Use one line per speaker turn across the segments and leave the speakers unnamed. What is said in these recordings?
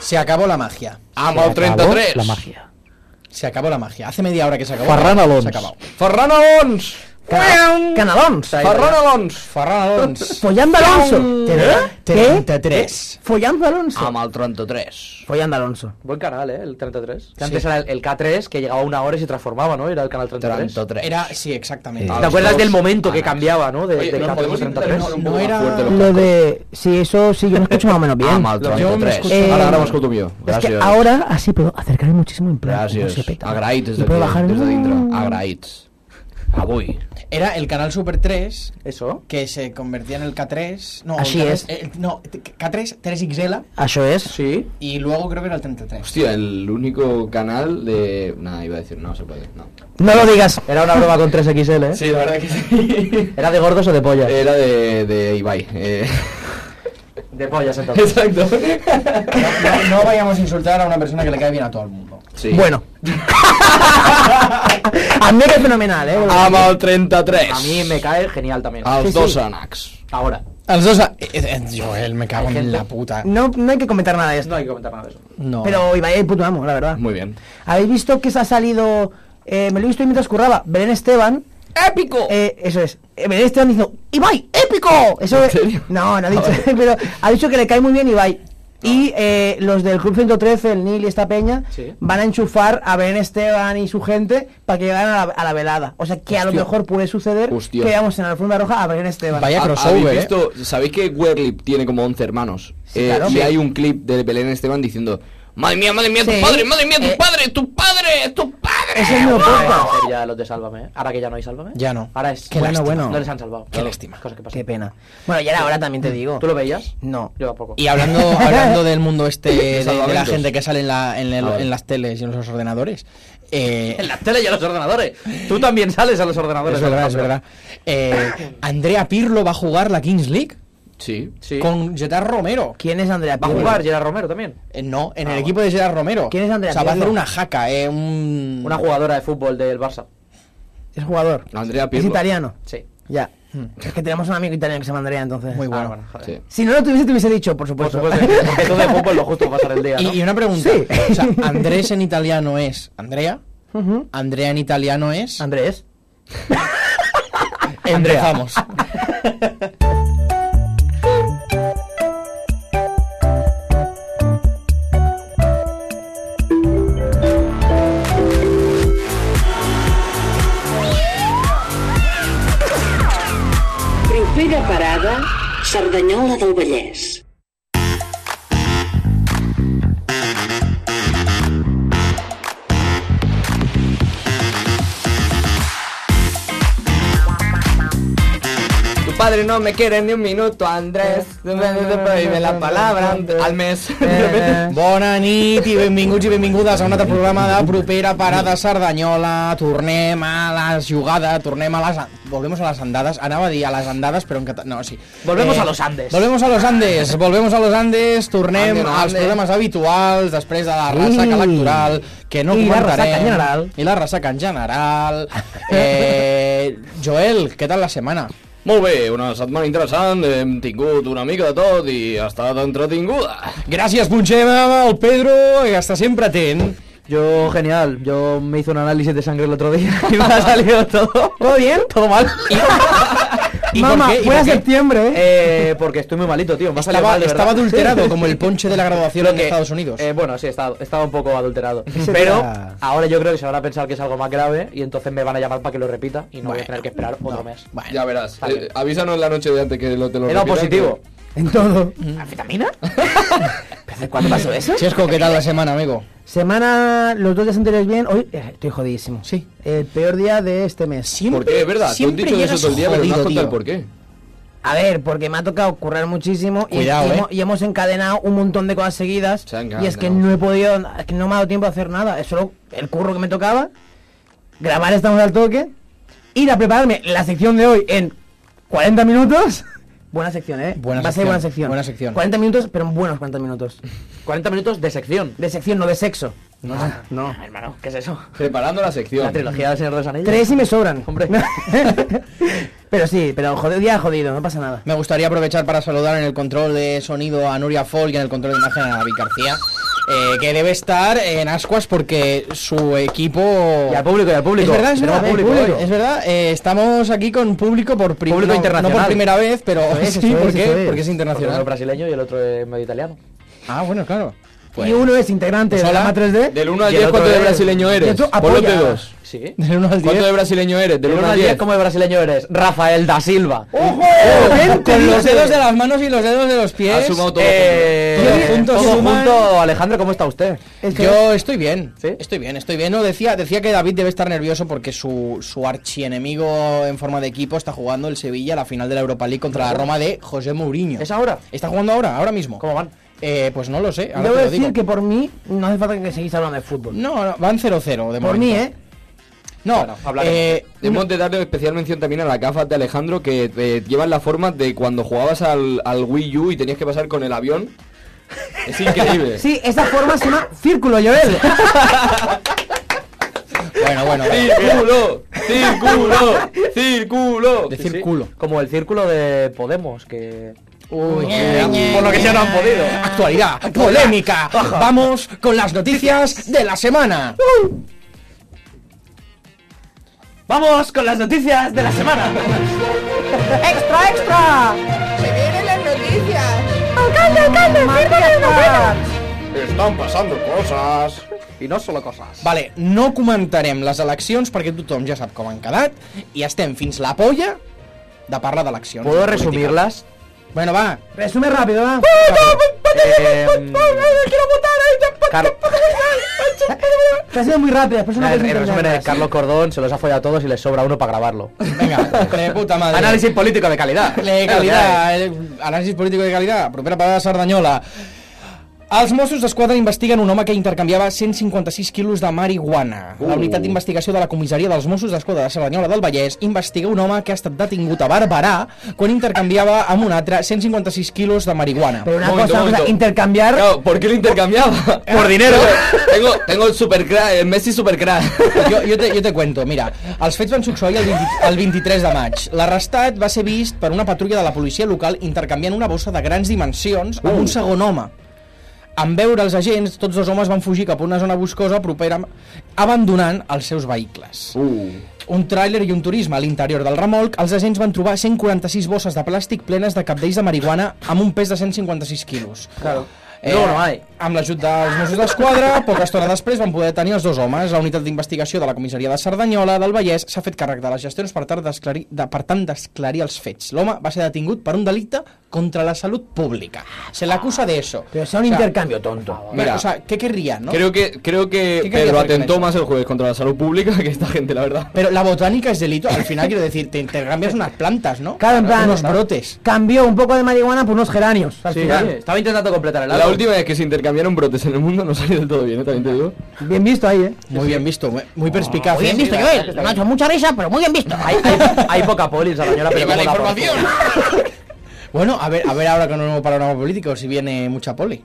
Se acabó la magia.
Amb el 33.
La màgia.
Se acabó la magia. Hace media hora que se acabó.
Ferran Alons.
Se acabó.
Ferran Alons!
Cana- Canalons.
Ferran Alons!
Ferran Alons.
Follando Alonso. ¿Eh? ¿Qué? ¿Eh?
33.
Follando Alonso.
Amb el 33.
Follando Alonso.
Buen canal, ¿eh? El 33. Que
Sí.
antes era el, el K3, que llegaba una hora y se transformaba, ¿no? Era el canal 33.
33.
Ah,
Era, sí, exactamente.
Sí.
¿Te
Los
acuerdas
dos
del momento que
canales.
cambiaba, no? De,
Oye,
de
¿nos
K3
podemos
a 33.
intentar un
No
poco más
era-
fuerte los
Lo de... Sí, eso sí, yo lo escucho más o menos bien.
Amb
Lo-
el
jo m'escolto-
33.
Eh,
Ara, ara m'escolto millor.
Es
Gràcies.
que ahora así puedo acercarme muchísimo en plan. como se
Gràcies.
peta.
Agraïts des
Y puedo
d'aquí,
bajar-
des de dintre. Agraïts. Avui.
Era el canal Super 3
Eso.
que se convertía en el K3. No,
Así
el K3,
es.
eh, no, K3, 3XL
Ah, Eso es.
Sí.
y luego creo que era el 33.
Hostia, el único canal de... Nada, iba a decir, no se puede, no.
No lo digas.
Era una broma con 3XL, ¿eh?
Sí, la verdad que sí.
¿Era de gordos o de pollas?
Era de, de Ibai. Eh.
De pollas, entonces.
Exacto.
No, no vayamos a insultar a una persona que le cae bien a todo el mundo.
Sí.
Bueno. a mí que es fenomenal, eh.
Amb el 33.
A mí me cae genial también.
Els
Sí, sí.
dos anacs.
Ahora.
Los dos... Eh, Joel, me cago en la puta.
No, no hay que comentar nada de esto.
No hay que comentar nada de eso.
No.
Pero Ibai es el puto amo, la verdad.
Muy bien.
¿Habéis visto que se ha salido... eh, me lo he visto mientras curraba. Belén Esteban.
¡Épico!
eh, eso es. Eh, Belén Esteban dijo, Ibai, épico. Eso
¿En
es-
serio?
No, no ha dicho,
Ah, vale.
pero ha dicho que le cae muy bien Ibai. Y eh, los del Club 113, el Nil y esta peña,
Sí.
van a enchufar a Belén Esteban y su gente para que lleguen a la, a la velada. O sea que a lo
Hostia.
mejor puede suceder
Hostia.
que veamos en la alfombra roja a Belén Esteban.
Vaya
Ha-
crossover,
¿habéis
eh?
visto? ¿Sabéis que Werlip tiene como 11 hermanos?
Sí,
Eh,
claro.
Y
Sí.
hay un clip de Belén Esteban diciendo: Madre mía, madre mía, tu
Sí.
padre, madre mía, tu
Eh.
padre, tu padre, tu padre.
Ese es mi
Ahora
podcast.
es hacer ya los de Sálvame, ¿eh? Ahora que ya no hay Sálvame.
Ya no.
Ahora es.
Qué
Bueno,
lástima.
bueno. No les han salvado. Qué lástima. Cosa que pasa.
Qué pena. Bueno, ya era hora también te digo.
¿Tú lo veías?
No.
Yo tampoco.
Y hablando, hablando del mundo este de, de la
salvamentos.
gente que sale en, la- en el-
Ah, vale.
en las teles y en los ordenadores. eh,
En la tele y a los ordenadores. Tú también sales a los ordenadores.
es verdad, es
Alejandro.
verdad. Eh, Andrea Pirlo va a jugar la Kings League
Sí.
Sí.
con Gerard Romero.
¿Quién es Andrea
Va a
Pirlo?
jugar Gerard Romero también.
Eh, no,
Ah,
en el equipo de Gerard Romero.
¿Quién es Andrea
O sea, va a hacer
Pirlo?
una jaca, eh, un...
Una jugadora de fútbol del Barça.
Es jugador.
Andrea
Es
Ah, Pirlo.
italiano.
Sí.
Ya. Es que tenemos un amigo italiano que se llama Andrea, entonces.
Muy
Ah,
bueno.
bueno, joder.
Sí.
Si no lo tuviese, te hubiese dicho, por
Por
supuesto.
supuesto, porque tú de fútbol lo justo pasar el día,
Y,
¿no?
y una pregunta.
Sí.
O sea, Andrés en italiano es Andrea.
Ujú.
Andrea en italiano es...
Andrés.
Empezamos.
Propera parada, Cerdanyola del Vallès.
Tu padre no me quiere ni un minuto, Andrés. Prohíbe la palabra al mes.
Eh,
Bona nit i benvinguts i benvingudes a un altre programa de propera parada Cerdanyola. Tornem a la jugada, tornem a les... Volvemos a les andades. Anava a dir a les andades, però en català... No, sí. Eh,
Volvemos a los Andes.
Volvemos a los Andes. Volvemos a los Andes. Tornem
Ande, no,
als
ande.
programes habituals després de la ressaca
Mm.
electoral, que no
I la
comentarem.
ressaca en general.
I la ressaca en general. Eh, Joel, què tal la setmana?
Molt bé, una setmana interessant, hem tingut una mica de tot i ha estat entretinguda.
Gràcies, Punxema, el Pedro, que està sempre atent.
Yo, genial. Yo me hice un análisis de sangre el otro día y me ha salido todo.
¿Todo bien?
Todo mal.
¿Y por
Mamá,
qué? ¿Y
fue a
por qué?
septiembre, ¿eh?
Eh, porque estoy muy malito, tío. Me ha salido
Estaba,
mal, de
estaba
verdad.
adulterado como el ponche de la graduación
Creo
en
que,
Estados Unidos.
eh, bueno, sí, estaba, estaba un poco adulterado.
Ese
Pero
día-
ahora yo creo que se van a pensar que es algo más grave y entonces me van a llamar para que lo repita y no voy
Bueno,
a tener que esperar otro mes.
Bueno,
Ja veràs.
Està
Eh,
bé.
avísanos la noche de antes que lo, te lo
He dado
repitan,
positivo.
En todo.
¿Anfetamina?
¿Cuándo
Mm.
pasó eso?
Chesco, ¿qué tal la semana, amigo?
Semana, los dos días anteriores bien. Hoy eh, estoy jodidísimo.
Sí.
El peor día de este mes.
Siempre,
¿Por qué? Es verdad, tú has dicho eso todo el día, pero no has contado el por qué.
A ver, porque me ha tocado currar muchísimo y-
Cuidado,
y,
eh.
hemo- y hemos encadenado un montón de cosas seguidas.
Se han
Y es
encadenado.
que no he podido, es que no me ha dado tiempo a hacer nada. Es solo el curro que me tocaba, grabar estamos al toque, ir a prepararme la sección de hoy en 40 minutos. Buena sección, eh.
Buena
Va a ser
sección,
buena sección.
buena sección.
40 minutos, pero buenos 40 minutos.
40 minutos de sección.
De sección, no de sexo. Ah,
No, no. Hermano, ¿qué es eso?
Preparando la sección.
La trilogía del Señor de los Anillos.
Tres y me sobran.
Hombre.
pero sí, pero jodido, día jodido, no pasa nada.
Me gustaría aprovechar para saludar en el control de sonido a Nuria Folk y en el control de imagen a David García. eh, que debe estar en ascuas porque su equipo...
Y al público, y al público.
Es verdad, es
Tenemos
verdad,
público
eh,
hoy.
es verdad. eh, estamos aquí con público por prim-
Público
no,
internacional.
No por primera vez, pero
es,
sí,
eso
¿por
es,
qué? Porque
eso es.
es
Porque uno
internacional.
es brasileño y el otro es medio italiano.
Ah, bueno, claro. Pues,
Y uno es integrante
Pues
de la
hola.
M3D.
Del 1 al
Y el
10, ¿cuánto de
otro es-
brasileño eres?
esto
Ponlo
apoya.
de 2.
Sí.
del uno al
¿Cuánto
10.
de brasileño eres? Del
El
1
1
al 10.
¿cómo de brasileño eres? Rafael da Silva.
Oh,
Con- Con los dedos de las manos y los dedos de los pies.
Ha sumado todo.
Eh,
Todo junto,
todo
suman.
junto, Alejandro, ¿cómo está usted?
Yo estoy bien,
¿Sí?
estoy bien, estoy bien. No, decía, decía que David debe estar nervioso porque su, su archienemigo en forma de equipo está jugando el Sevilla la final de la Europa League contra la Roma de José Mourinho.
¿Es ahora?
Está jugando ahora, ahora mismo.
¿Cómo van?
Eh, pues no lo sé. ahora
Debo
te lo
decir
digo.
que por mí no hace falta que seguís hablando de fútbol.
No, no, van 0-0 de momento.
por mí, ¿eh?
No,
hablaremos.
eh,
Debemos de darle especial mención también a las gafas de Alejandro que eh, llevan la forma de cuando jugabas al, al Wii U y tenías que pasar con el avión. Es increíble.
Sí, esa forma se llama círculo, Joel.
bueno, bueno.
¡Círculo! ¡Círculo! ¡Círculo!
Decir culo.
Como el círculo de Podemos, que...
Uy, eh,
por lo que ya no han podido.
Actualidad, polémica. Vamos con las noticias de la semana.
¡Vamos con las noticias de la semana!
¡Extra, extra! ¡Se vienen las noticias! ¡Alcalde, alcalde! ¡Fírmame una buena!
Están pasando cosas.
Y no solo cosas.
Vale, no comentarem les eleccions perquè tothom ja sap com han quedat i estem fins la polla de parlar d'eleccions.
¿Puedo
de política.
resumirlas?
Bueno, va.
Resume rápido, ¿verdad?
Eh, Car-
Te ha sido muy rápido, después no
el,
puedes
el resumen
entenderlas.
es Carlos Cordón se los ha follado a todos y les sobra uno para grabarlo.
Vinga, de puta madre.
Análisis político de calidad.
de calidad, eh, anàlisi polític de calidad, propera parada Cerdanyola. Els Mossos d'Esquadra investiguen un home que intercanviava 156 quilos de marihuana. La unitat d'investigació de la comissaria dels Mossos d'Esquadra de Cerdanyola del Vallès investiga un home que ha estat detingut a Barberà quan intercanviava amb un altre 156 quilos de marihuana.
Pero una
Momento,
cosa, una cosa,
momento.
intercambiar.
Claro, ¿por qué lo intercambiaba?
Por dinero.
tengo, tengo el super el Messi super
jo, jo, te, jo te cuento, mira, els fets van succeir el, 20, el 23 de maig. L'arrestat va ser vist per una patrulla de la policia local intercanviant una bossa de grans dimensions amb un segon home. En veure els agents, tots dos homes van fugir cap a una zona boscosa propera, abandonant els seus vehicles. Un tràiler i un turisme a l'interior del remolc, els agents van trobar 146 bosses de plàstic plenes de cabdells de marihuana amb un pes de 156 quilos. Claro.
No, no hay.
Amb l'ajut dels Mossos d'Esquadra, poca estona després van poder tenir els dos homes. La unitat d'investigació de la comissaria de Cerdanyola del Vallès s'ha fet càrrec de les gestions per, tal d'esclarir- de, per tant d'esclarir els fets. L'home va ser detingut per un delicte contra la salut pública. Se l'acusa de eso.
Pero sea un intercambio tonto.
Mira,
Mira.
o sea, ¿qué querrían, no?
Creo que, creo que
¿Qué quería
Pedro
hacer con
atentó
eso?
más el jueves contra la salud pública que esta gente, la verdad.
Pero la botánica es delito. Al final, quiero decir, te intercambias unas plantas, ¿no?
Claro, en plan.
Unos brotes.
Cambió un poco de marihuana por unos geranios. al
Sí,
final.
estaba intentando completar el
La última vez que se intercambiaron brotes en el mundo no salió del todo bien, ¿eh? también te digo.
Bien visto ahí, eh.
Muy bien visto, muy- muy perspicaz.
Muy bien visto, Joel. Me ha hecho mucha risa, pero muy bien visto.
Hay, hay- hay poca polis a la señora, pero como por-
Bueno, a ver, a ver ahora con un nuevo panorama político si viene mucha poli.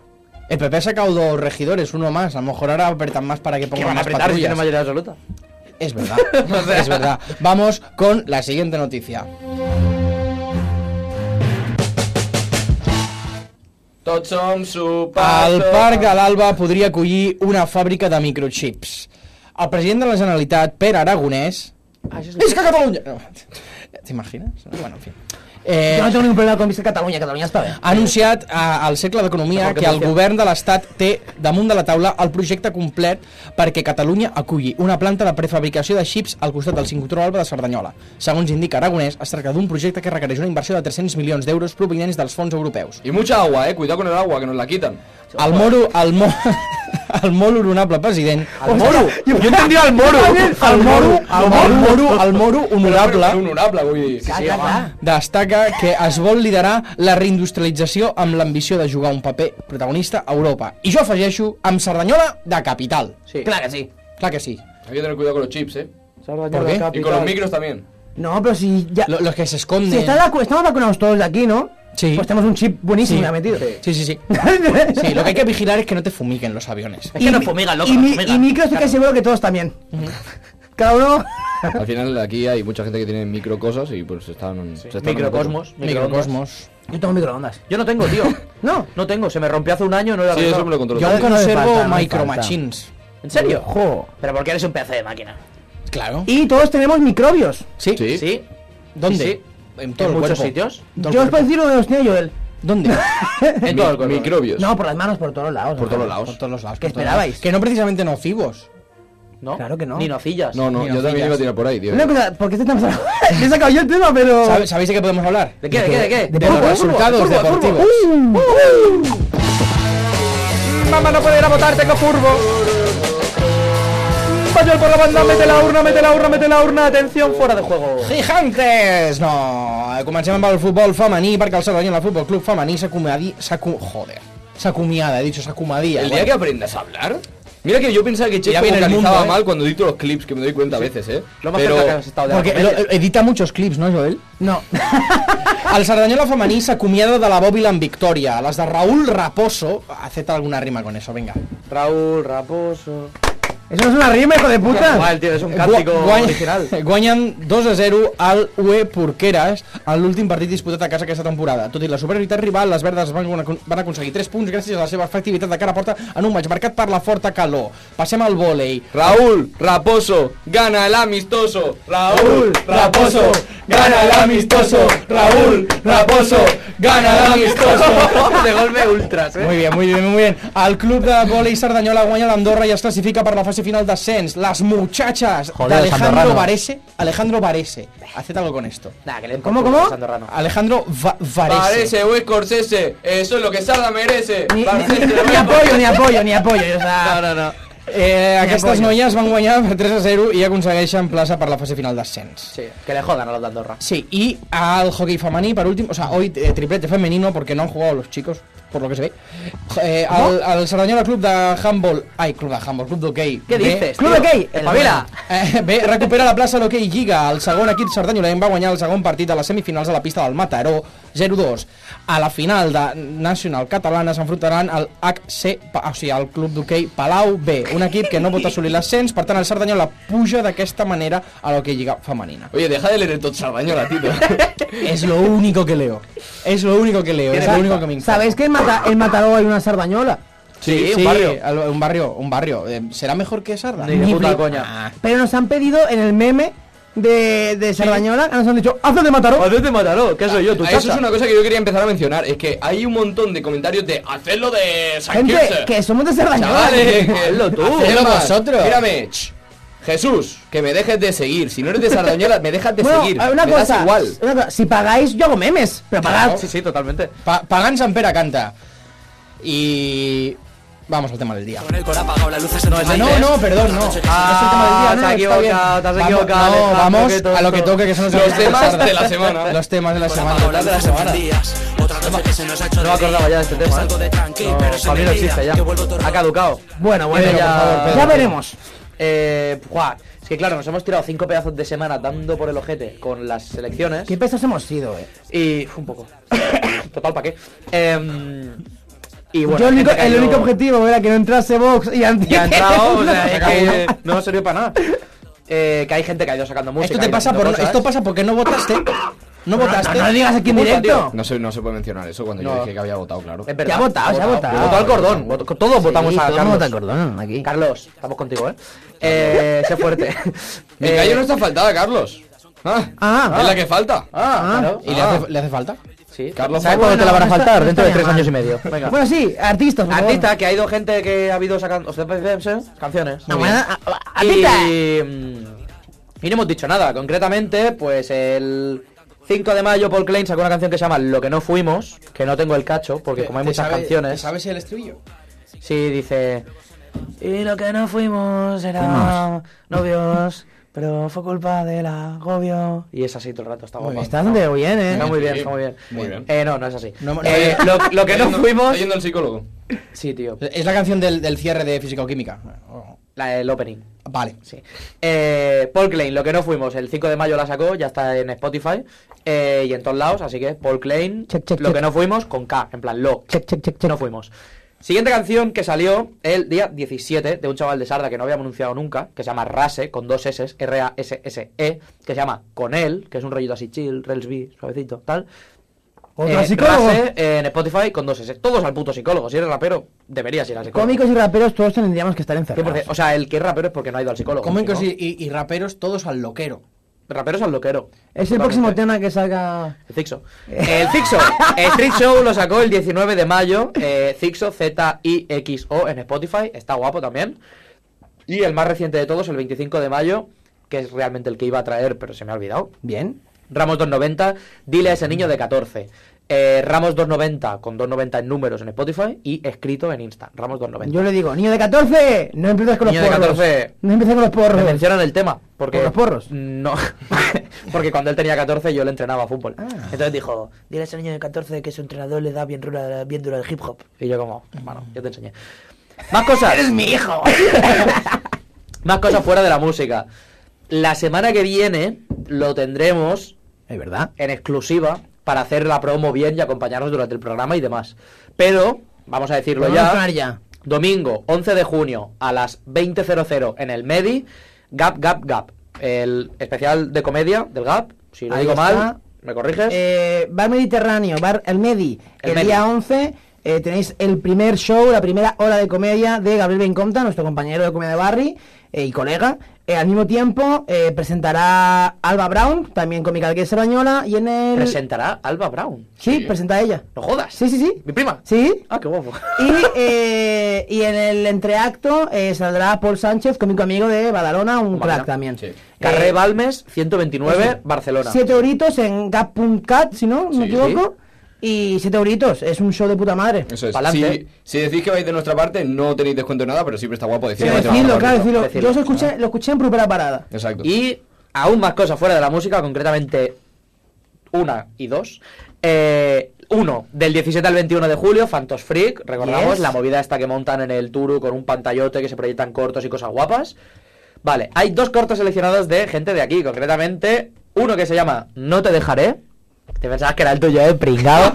El PP ha sacado dos regidores, uno más. A lo mejor ahora apretan más para que
Que
pongan
van a
más
apretar si tiene
patrullas.
mayoría absoluta.
Es verdad, es verdad. Vamos con la siguiente noticia.
Tots som
El Parc de l'Alba podria acollir una fàbrica de microchips. El president de la Generalitat, Pere Aragonès... Visca Catalunya! No. T'imagines? Bueno, en fi. Eh,
Yo no tengo ningún problema con Vista Cataluña, Cataluña está bien.
ha anunciat eh, al Cercle d'Economia que el govern de l'Estat té damunt de la taula el projecte complet perquè Catalunya aculli una planta de prefabricació de xips al costat del Cinturó Alba de Cerdanyola. Segons indica Aragonès, es tracta d'un projecte que requereix una inversió de 300 milions d'euros provinents dels fons europeus.
Y mucha agua, eh. Cuidado con el agua, que nos la quitan.
El moro... El, mo el molt honorable president...
¡Al moro! ¡Yo he entendido al moro!
El moro, el moro, el moro, el moro honorable
Un honorable, vull dir.
destaca que es vol liderar la reindustrialització amb l'ambició de jugar un paper protagonista a Europa. I jo afegeixo amb Cerdanyola de capital.
Sí.
Claro que sí.
Clar que sí.
Hay que tener cuidado con los chips, eh.
¿Por qué?
Y con los micros también.
No, pero si ya.
Lo- los que se esconden.
Si está vacu- estamos vacunados todos de aquí, ¿no?
Sí.
Pues tenemos un chip buenísimo
Sí.
ya metido.
Sí, sí, sí. Sí, lo que hay que vigilar es que no te fumiguen los aviones.
Es que nos fumigan, loco,
Y,
nos
mi,
fumigan.
y micros estoy casi seguro que todos también. Cada uno.
Al final aquí hay mucha gente que tiene microcosas y pues están... se están
Microcosmos.
Microcosmos.
Yo tengo microondas.
Yo no tengo, tío.
No.
No tengo, se me rompió hace un año y no lo he
Sí, eso
arreglado.
me lo controlo.
Yo
todo.
Yo- no hace
conservo
falta, no hace
Micro
falta.
Machines.
¿En serio?
Jo.
Pero porque eres un pedazo de máquina.
Claro.
Y todos tenemos microbios.
¿Sí?
Sí.
Sí.
¿Dónde?
Sí, sí.
En todo
¿En
el
muchos
cuerpo.
sitios?
Todo el
Yo os puedo
cuerpo.
decir lo que los tiene Joel.
¿Dónde?
En
Mi-
todo el cuerpo.
Microbios.
No, por las manos, por todos lados.
Por
¿no?
todos
Por
lados.
todos los lados.
¿Qué
por todos lados.
esperabais?
Que no precisamente nocivos.
No.
Claro que no.
Ni nocillas.
No, no,
Mira,
yo también
filas.
iba a tirar por ahí, tío.
Una cosa, ¿por qué te estamos hablando? Me he sacado yo el tema, pero.
¿Sabe- ¿Sabéis de qué podemos hablar?
¿De qué? ¿De qué? ¿De qué?
De los
fútbol,
resultados
fútbol, fútbol.
deportivos.
Mamá no puede ir a votar, tengo furbo. Pañol por la banda, mete la urna, mete la urna, mete la urna. Atención, fuera de juego.
Gigantes! No! eh, Comencem amb el futbol femení perquè el Cerdanyola Futbol Club femení s'acomadi... s'acu... joder. S'acomiada, he dicho s'acomadia.
El día que aprendas a hablar. Mira que yo pensaba que Checo
viene el
vocalizaba
mundo, ¿eh?
mal cuando edito los clips, que me doy cuenta a veces, ¿eh?
Lo más
Pero
cerca que has estado de la
Porque
comedia.
lo- edita muchos clips, no, Joel?
No.
El Cerdanyola femení s'acomiada de la Bòbila en victòria. Les de Raúl Raposo... Hacete alguna rima con eso, venga.
Raúl, Raposo.
Eso no es una rima, hijo de puta.
Igual, tío, es un cántico
Eh, Gua- guany-
original.
Guanyen 2 a 0 al UE Porqueres en l'últim partit disputat a casa aquesta temporada. Tot i la superioritat rival, les verdes van, acon- van aconseguir 3 punts gràcies a la seva efectivitat de cara a porta en un maig marcat per la forta calor. Passem al vòlei.
Raúl Raposo gana el amistoso. Raúl Raposo gana el amistoso. Raúl Raposo gana el amistoso.
de golpe ultras, eh.
Muy bien, muy bien, muy bien. El club de vòlei Cerdanyola guanya l'Andorra i es classifica per la fase final d'ascens. Les muchachas
Joder,
d'Alejandro
Santorrano.
Varese. Alejandro Varese. Haced algo con esto.
Nah, que le den
¿Cómo,
por culo
cómo?
a Sandorrano.
Alejandro Va- Varese.
Parece o Scorsese, eso es lo que Sada merece.
Ni,
Parece
ni- ni
Huesco-
apoyo, ni apoyo, ni apoyo. O sea,
No, no, no.
Eh, aquestes
coño.
noies van guanyar per 3 a 0 i aconsegueixen plaça per la fase final d'ascens.
Sí, que le jodan a los de Andorra.
Sí, y al hockey femení, por último, o sea, hoy eh, triplete femenino porque no han jugado los chicos, por lo que se ve. Eh, al, al Cerdanyola Club de Handball, ay, Club de Handball, Club d'Hockey.
¿Qué
B,
dices?
Club
tío?
Hockey,
espabila.
Eh, bé, recupera la plaça a l'hoquei Lliga. El segon equip sardanyolenc va guanyar el segon partit de les semifinals a la pista del Mataró, 0-2. A la final de Nacional Catalana s'enfrontaran al HC, Pa- o sigui, al club d'hoquei Palau B, un equip que no pot assolir l'ascens, per tant el Cerdanyola puja d'aquesta manera a l'hoquei Lliga femenina.
Oye, deja de leer el tot Salvañola, tío.
Es lo único que leo. Es lo único que leo. Es lo único que me importa.
¿Sabéis que en, Mata en Mataró hay una sardañola?
Sí,
Sí,
un barrio.
al- un barrio, un barrio. Eh, ¿Será mejor que Sarda?
Ni de puta
flipa.
coña.
Ah,
Pero nos han pedido en el meme de, de sardañola, nos han dicho, hazlo de Mataró.
¿A te mataró? ¿Qué soy yo, tu
Ah, Eso
chacha?
es una cosa que yo quería empezar a mencionar, es que hay un montón de comentarios de hacerlo de San
Gente,
Quirze".
que somos de sardañola.
Chavales, que-
Hazlo tú.
Hacedlo
Hazlo
más.
vosotros.
Mírame. ch. Jesús, que me dejes de seguir. Si no eres de Sardañola, me dejas de
Bueno,
seguir.
una
me
cosa,
Das igual.
una cosa, si pagáis yo hago memes, pero pagad.
Ah,
Sí, sí, totalmente.
Pa- Pagán San Pera canta. Y... Vamos al tema del día.
No, es
Ah,
el
no,
de-
no, perdón, no. Este
Ah,
No,
te
está
has
bien.
equivocado, te has
Vamos-
equivocado,
no,
Alejandro,
vamos
qué
a lo que
tonto.
toque, que son
Los temas de la semana.
Los temas de la semana.
Hablar de las envidias. Otra noche que se nos ha hecho
No me acordaba ya de este tema.
Salgo de tranqui,
¿eh? No,
pero se
para mí
me
no
olvida
existe ya.
que vuelvo torrado.
Ha caducado.
Bueno, bueno,
Pedro,
ya,
por favor, Pedro.
ya veremos.
Eh, ¡buah! es que claro, nos hemos tirado cinco pedazos de semana dando por el ojete con las selecciones.
Qué pesos hemos sido, eh.
Y uf, un poco. Total, ¿para qué? Em, y bueno,
yo el único,
gente que
el
ha ido-
único objetivo era que no entrase Vox y Antiguo.
Ya ha entrado, o sea, es que no sirvió para nada. Eh, que hay gente que ha ido sacando música.
Esto te
y
pasa
haciendo
por
cosas.
esto pasa porque no votaste. No
no,
votaste.
no lo digas aquí en
Puta,
directo.
No se, no se puede mencionar eso cuando
No. Eh,
yo dije que había votado, claro.
Es
Ya
verdad.
ha votado, ya ha votado.
Votó al cordón. votó- todos votamos a Carlos.
cordón, aquí.
Carlos, estamos contigo, ¿eh? eh sé fuerte.
Mi
Eh,
callo no está faltada, Carlos. Ah,
Ah.
es la que falta.
Ah, claro.
¿Y le hace, le hace falta?
Sí.
Carlos
¿Sabes
Favre.
cuándo te la van a
Bueno, no
faltar?
está-
Dentro de
no está
tres
mal.
años y medio. Venga.
Bueno, sí, artistas, por favor.
Artista, que ha ido gente que ha habido sacando. ¿Os parece? Canciones.
Ah,
Muy
bueno,
bien.
a- a- artista.
Y, mm, y no hemos dicho nada. Concretamente, pues el 5 de mayo Paul Klein sacó una canción que se llama Lo que no fuimos, que no tengo el cacho, porque como hay
¿Te
muchas
sabe-
canciones,
¿te ¿Sabes el estribillo?
sí dice... Y lo que no fuimos era novios, pero fue culpa del agobio. Y es así todo el rato, está guapa.
Está donde bien, eh.
Está muy bien,
Sí,
está muy bien.
muy bien.
Eh, no, no es así.
No, no,
Eh,
no,
lo, lo que
Está
no
yendo-
fuimos...
Está yendo al psicólogo.
Sí, tío.
Es la canción del, del cierre de Física o Química. Oh,
La, el opening.
Vale.
Sí. Eh, Paul Klein, lo que no fuimos, el 5 de mayo la sacó, ya está en Spotify eh, y en todos lados, así que Paul Klein,
Check, check,
lo
check.
que no fuimos, con K, en plan lo,
Check, check, check, check.
no fuimos. Siguiente canción que salió el día 17 de un chaval de Sarda que no habíamos anunciado nunca, que se llama Rase, con dos S, R-A-S-S-E, que se llama Con él, que es un rollito así chill, Rels B, suavecito, tal.
Otro
Eh,
psicólogo.
Rase, eh, en Spotify con dos S. Todos al puto psicólogo. Si eres rapero, deberías ir al psicólogo.
Cómicos y raperos todos tendríamos que estar
Que por
encerrados.
cierto, O sea, el que es rapero es porque no ha ido al psicólogo.
Cómicos
si no,
y, y- y raperos todos al loquero.
Raperos al loquero.
Es el
Totalmente.
próximo tema que salga.
El Zixo. El Zixo. Street Show lo sacó el 19 de mayo. Eh, Zixo, Z-I-X-O en Spotify. Está guapo también. Y el más reciente de todos, el 25 de mayo, que es realmente el que iba a traer, pero se me ha olvidado.
Bien.
Ramos 290, dile a ese niño de 14. Eh, Ramos 290, con 290 en números en Spotify y escrito en Insta. Ramos 290.
Yo le digo, niño de 14, no empieces con los
Niño de
porros.
14.
No empieces con los
Me
porros.
mencionan el tema. Porque,
¿Por los porros?
No. porque cuando él tenía 14 yo le entrenaba a
Ah.
fútbol. Entonces dijo, dile a ese niño de 14 que su entrenador le da bien dura, bien dura el hip hop. Y yo como, bueno, yo te enseñé. Más cosas. ¡Eres mi hijo! Más cosas fuera de la música. La semana que viene lo tendremos
Es verdad.
en exclusiva para hacer la promo bien y acompañarnos durante el programa y demás. Pero, vamos a decirlo
Vamos a
ya,
sonar ya.
Domingo 11 de junio a las 20.00 en el Medi, Gap Gap Gap, el especial de comedia del Gap. Si lo
Ahí
digo
está.
mal, me corriges.
Eh, bar Mediterráneo, Bar El Medi,
El
el,
Medi.
día 11 eh, tenéis el primer show, la primera hora de comedia de Gabriel Benconta, nuestro compañero de comedia de Barry eh, y colega. Eh, al mismo tiempo eh, presentará Alba Brown, también cómica de española, y en el...
Presentará Alba Brown.
sí, presenta ella.
No jodas.
Sí, sí, sí.
Mi prima.
Sí.
Ah, qué guapo.
Y, eh, y en el entreacto eh, saldrá Paul Sánchez, cómico amigo de Badalona, un
Como
crack
mira.
también.
Sí.
Carré
Eh,
Balmes, 129,
eso.
Barcelona.
Siete euritos en gap.cat, si no, no me
Sí.
equivoco. Y siete euritos, es un show de puta madre.
Eso es.
Pa'lante.
Si, si decís que vais de nuestra parte, no tenéis descuento en nada, pero siempre está guapo decir
Sí,
que vais de
decirlo,
nuestra
claro,
parte.
decirlo.
Decirlo.
Yo eso escuché, lo escuché en primera parada.
Exacto.
Y aún más cosas fuera de la música, concretamente una y dos. Eh, uno, del 17 al 21 de julio, Phantos Freak, recordamos,
Yes.
la movida esta que montan en el Turu con un pantallote que se proyectan cortos y cosas guapas. Vale, hay dos cortos seleccionados de gente de aquí, concretamente uno que se llama No te dejaré. Te pensabas que era el tuyo, eh, pringado.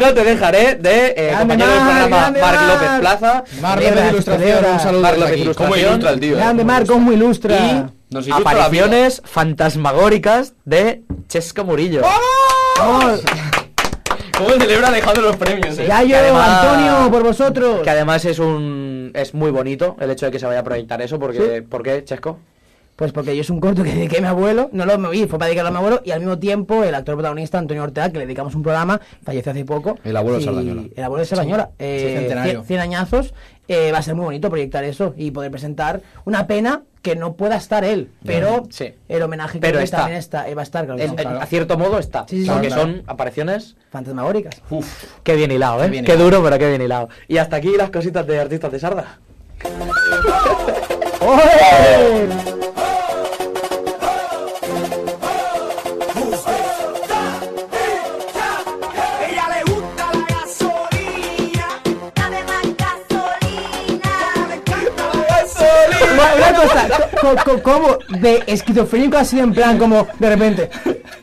no te dejaré, de eh,
Grande
compañero del
Marc,
programa
grande
Marc
Marc.
López Plaza.
Mar
Mierda,
López Ilustración,
celebra.
un saludo.
Mar
desde
López
aquí.
Ilustración.
¿Cómo ilustra el tío? eh?
Grande
¿Cómo
Marco, muy ilustra.
y
Nos ilustra la vida.
apariciones fantasmagóricas de Chesco Murillo.
Vamos,
¿Cómo celebra dejando los premios, eh?
ya yo,
Que además-
Antonio, por vosotros.
Que además es un es muy bonito el hecho de que se vaya a proyectar eso porque ¿por qué, Chesco?
Pues porque yo es un corto que dediqué a mi abuelo, no lo vi, fue para dedicarlo a mi abuelo, y al mismo tiempo el actor protagonista, Antonio Ortega, que le dedicamos un programa, falleció hace poco.
El abuelo de
y-
Sardañola.
El abuelo de Sardañola, eh,
centenario.
100 añazos, eh, va a ser muy bonito proyectar eso y poder presentar una pena que no pueda estar él, pero
Sí.
el homenaje que
Pero
él
está.
también está, eh, va a estar, claro. que
Es-
sí,
en-
claro.
A cierto modo está,
Sí, sí, sí.
porque
Claro,
son apariciones
Fantasmagóricas.
Uf.
Qué bien hilado, ¿eh? Qué,
bien hilado.
duro, pero qué bien hilado. Y hasta aquí las cositas de artistas de Sarda.
Ella le gusta la gasolina. Dame más gasolina. Me encanta la gasolina.
Una, una cosa, co- co- ¿cómo de esquizofrénico ha sido en plan como de repente?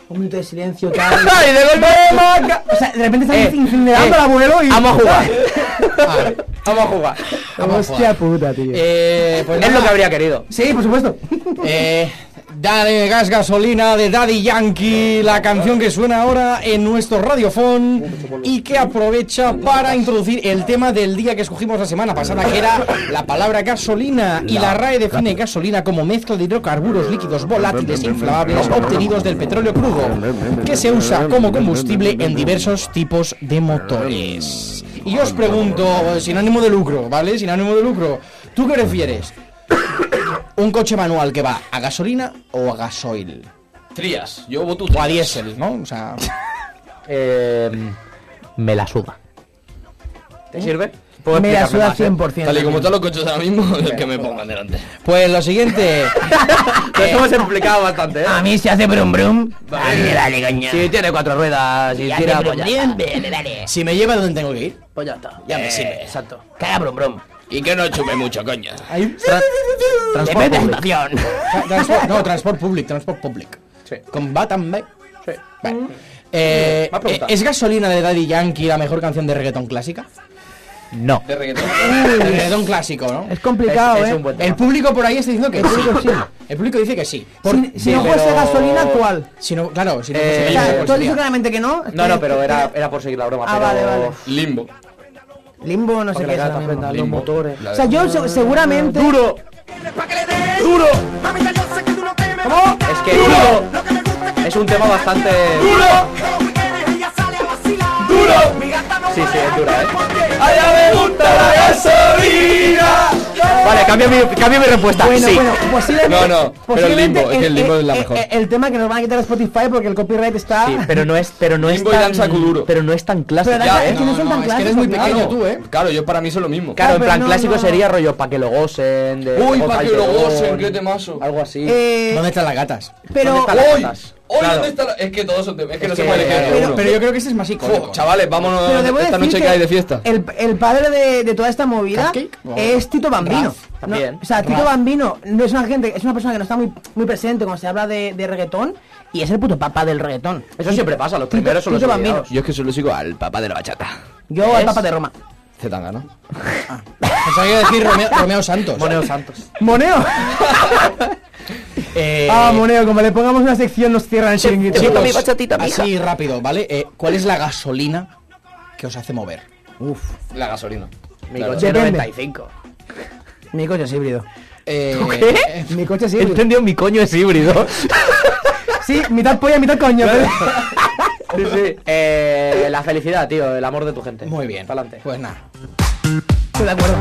Un minuto de silencio, tal.
¡Ay, de golpe!
O sea, de repente están
Eh,
incinerando
eh,
al abuelo y.
Vamos a jugar. Vamos a jugar.
Pues Hostia puta, tío.
Eh, pues
Es
nada.
lo que habría querido.
sí, por supuesto.
Eh, Dale gas gasolina de Daddy Yankee, la canción que suena ahora en nuestro radiofón y que aprovecha para introducir el tema del día que escogimos la semana pasada, que era la palabra gasolina. Y la RAE define gasolina como mezcla de hidrocarburos líquidos volátiles inflamables obtenidos del petróleo crudo, que se usa como combustible en diversos tipos de motores. Y yo os pregunto, eh, sin ánimo de lucro, ¿vale? Sin ánimo de lucro, ¿tú qué prefieres? un coche manual que va a gasolina o a gasoil.
Trías. Yo voto
O a
trías.
diésel, ¿no? O sea,
Eh, me la suda. ¿Te sirve? Puedo
¿Eh? Me la
explicarme
suda
más, ¿eh?
100%.
Tal y como están los coches ahora mismo, el que me pongan delante.
pues lo siguiente.
Nos hemos explicado bastante, ¿eh?
A mí se hace brum brum.
Vale.
dale, coña.
Si tiene cuatro ruedas, si
hace
tira,
brum
pues ya está.
Si me lleva donde tengo que ir.
Pues ya está.
Ya me
Eh,
sirve.
Exacto.
Caga brum brum.
Y que no chupe mucho, coña.
Tra- transporte público.
Tra- transport- no, transport públic, transport públic.
Sí.
Con va també.
Sí.
Vale. Eh,
Más preguntas.
¿Es gasolina de Daddy Yankee la mejor canción de reggaetón clásica?
No.
De reggaetón.
El reggaetón clásico, ¿no?
Es complicado,
Es- es
¿eh?
un buen tema.
El público por ahí está diciendo que sí. El público dice que sí. Por-
Si- si no
pero-
fuese gasolina, ¿cuál?
Si no, claro, si no pues
Eh,
fuese
O
Sí,
gasolina,
sí,
sea,
¿cuál
tú has
sería?
dicho claramente que no.
No, no, pero era, era por seguir la broma.
Ah,
pero-
vale, vale.
Limbo.
Limbo, no sé
Porque
qué
la
es.
gata
ahora mismo.
prenda los
Limbo.
motores.
La
O
de-
sea, yo se- seguramente. ¡Duro!
¡Duro!
Mami, ya yo sé que tú no temes.
Es que
Lo que me gusta es que
es un tema bastante...
todo lo que eres, ella sale a vacilar. Duro. Mi gata no
Sí, sí,
para
es dura, ¿eh?
porque
¡Allá me gusta la gasolina! Vale, cambio mi, cambio mi respuesta.
Bueno,
sí.
bueno, pues posiblemente.
No, no, pero
posiblemente
Limbo, es que Limbo es la mejor.
El, el tema que nos van a quitar de Spotify porque el copyright está.
Sí, pero no es, pero no es
Limbo y
tan,
Danza Kuduro.
pero no es tan clásico.
Pero
Ya,
danza-
eh,
es que no,
no,
son
no,
tan
es que
clásicos.
eres muy
claro.
pequeño tú, ¿eh?
Claro, yo para mí eso es lo mismo.
Claro, en
pero
plan
no,
clásico
no.
sería rollo pa' que lo gocen, de...
Uy,
o
pa' que lo
Calderón,
gocen, qué temazo.
Algo así.
Eh,
¿Dónde están las gatas?
pero.
¿Dónde está
¡Hoy!
la-
¡Hoy!
Claro.
¿Dónde está la- Es que todos son temas. Es que no
Es
sé
que-
cuál es que
claro.
es uno.
Pero yo creo que ese es más
Jo,
icónico.
chavales, vámonos
Pero debo
esta
decir
noche
que,
que hay de fiesta.
El, el padre de, de toda esta movida
Cupcake? Oh.
es Tito Bambino.
Raf,
No,
también.
o sea, Tito
Raf.
Bambino no es una gente, es una persona que no está muy, muy presente cuando se habla de, de reggaetón y es el puto papá del reggaetón.
Eso siempre pasa, los primeros son los
Tito
olvidados.
Bambino.
Yo es que solo sigo al papá de la bachata.
Yo al papá de Roma.
Zetanga, ¿no?
Pensaba que iba a decir Romeo, Romeo Santos.
Moneo Santos.
Moneo.
Eh,
Ah, Moneo, como le pongamos una sección nos cierran el chiringuito.
Chicos,
mi bachatita, mija.
pues, así rápido, ¿vale? Eh, ¿Cuál es la gasolina que os hace mover?
La gasolina.
mi
Claro.
coche
Depende.
95.
Mi coche es híbrido.
Eh, eh,
Mi coche es híbrido.
Entendido, mi coño es híbrido.
Sí, mitad polla, mitad coño. pero-
Sí, sí. Eh, la felicidad, tío, el amor de tu gente.
Muy bien.
Pa'lante.
Pues nada.
Estoy de acuerdo.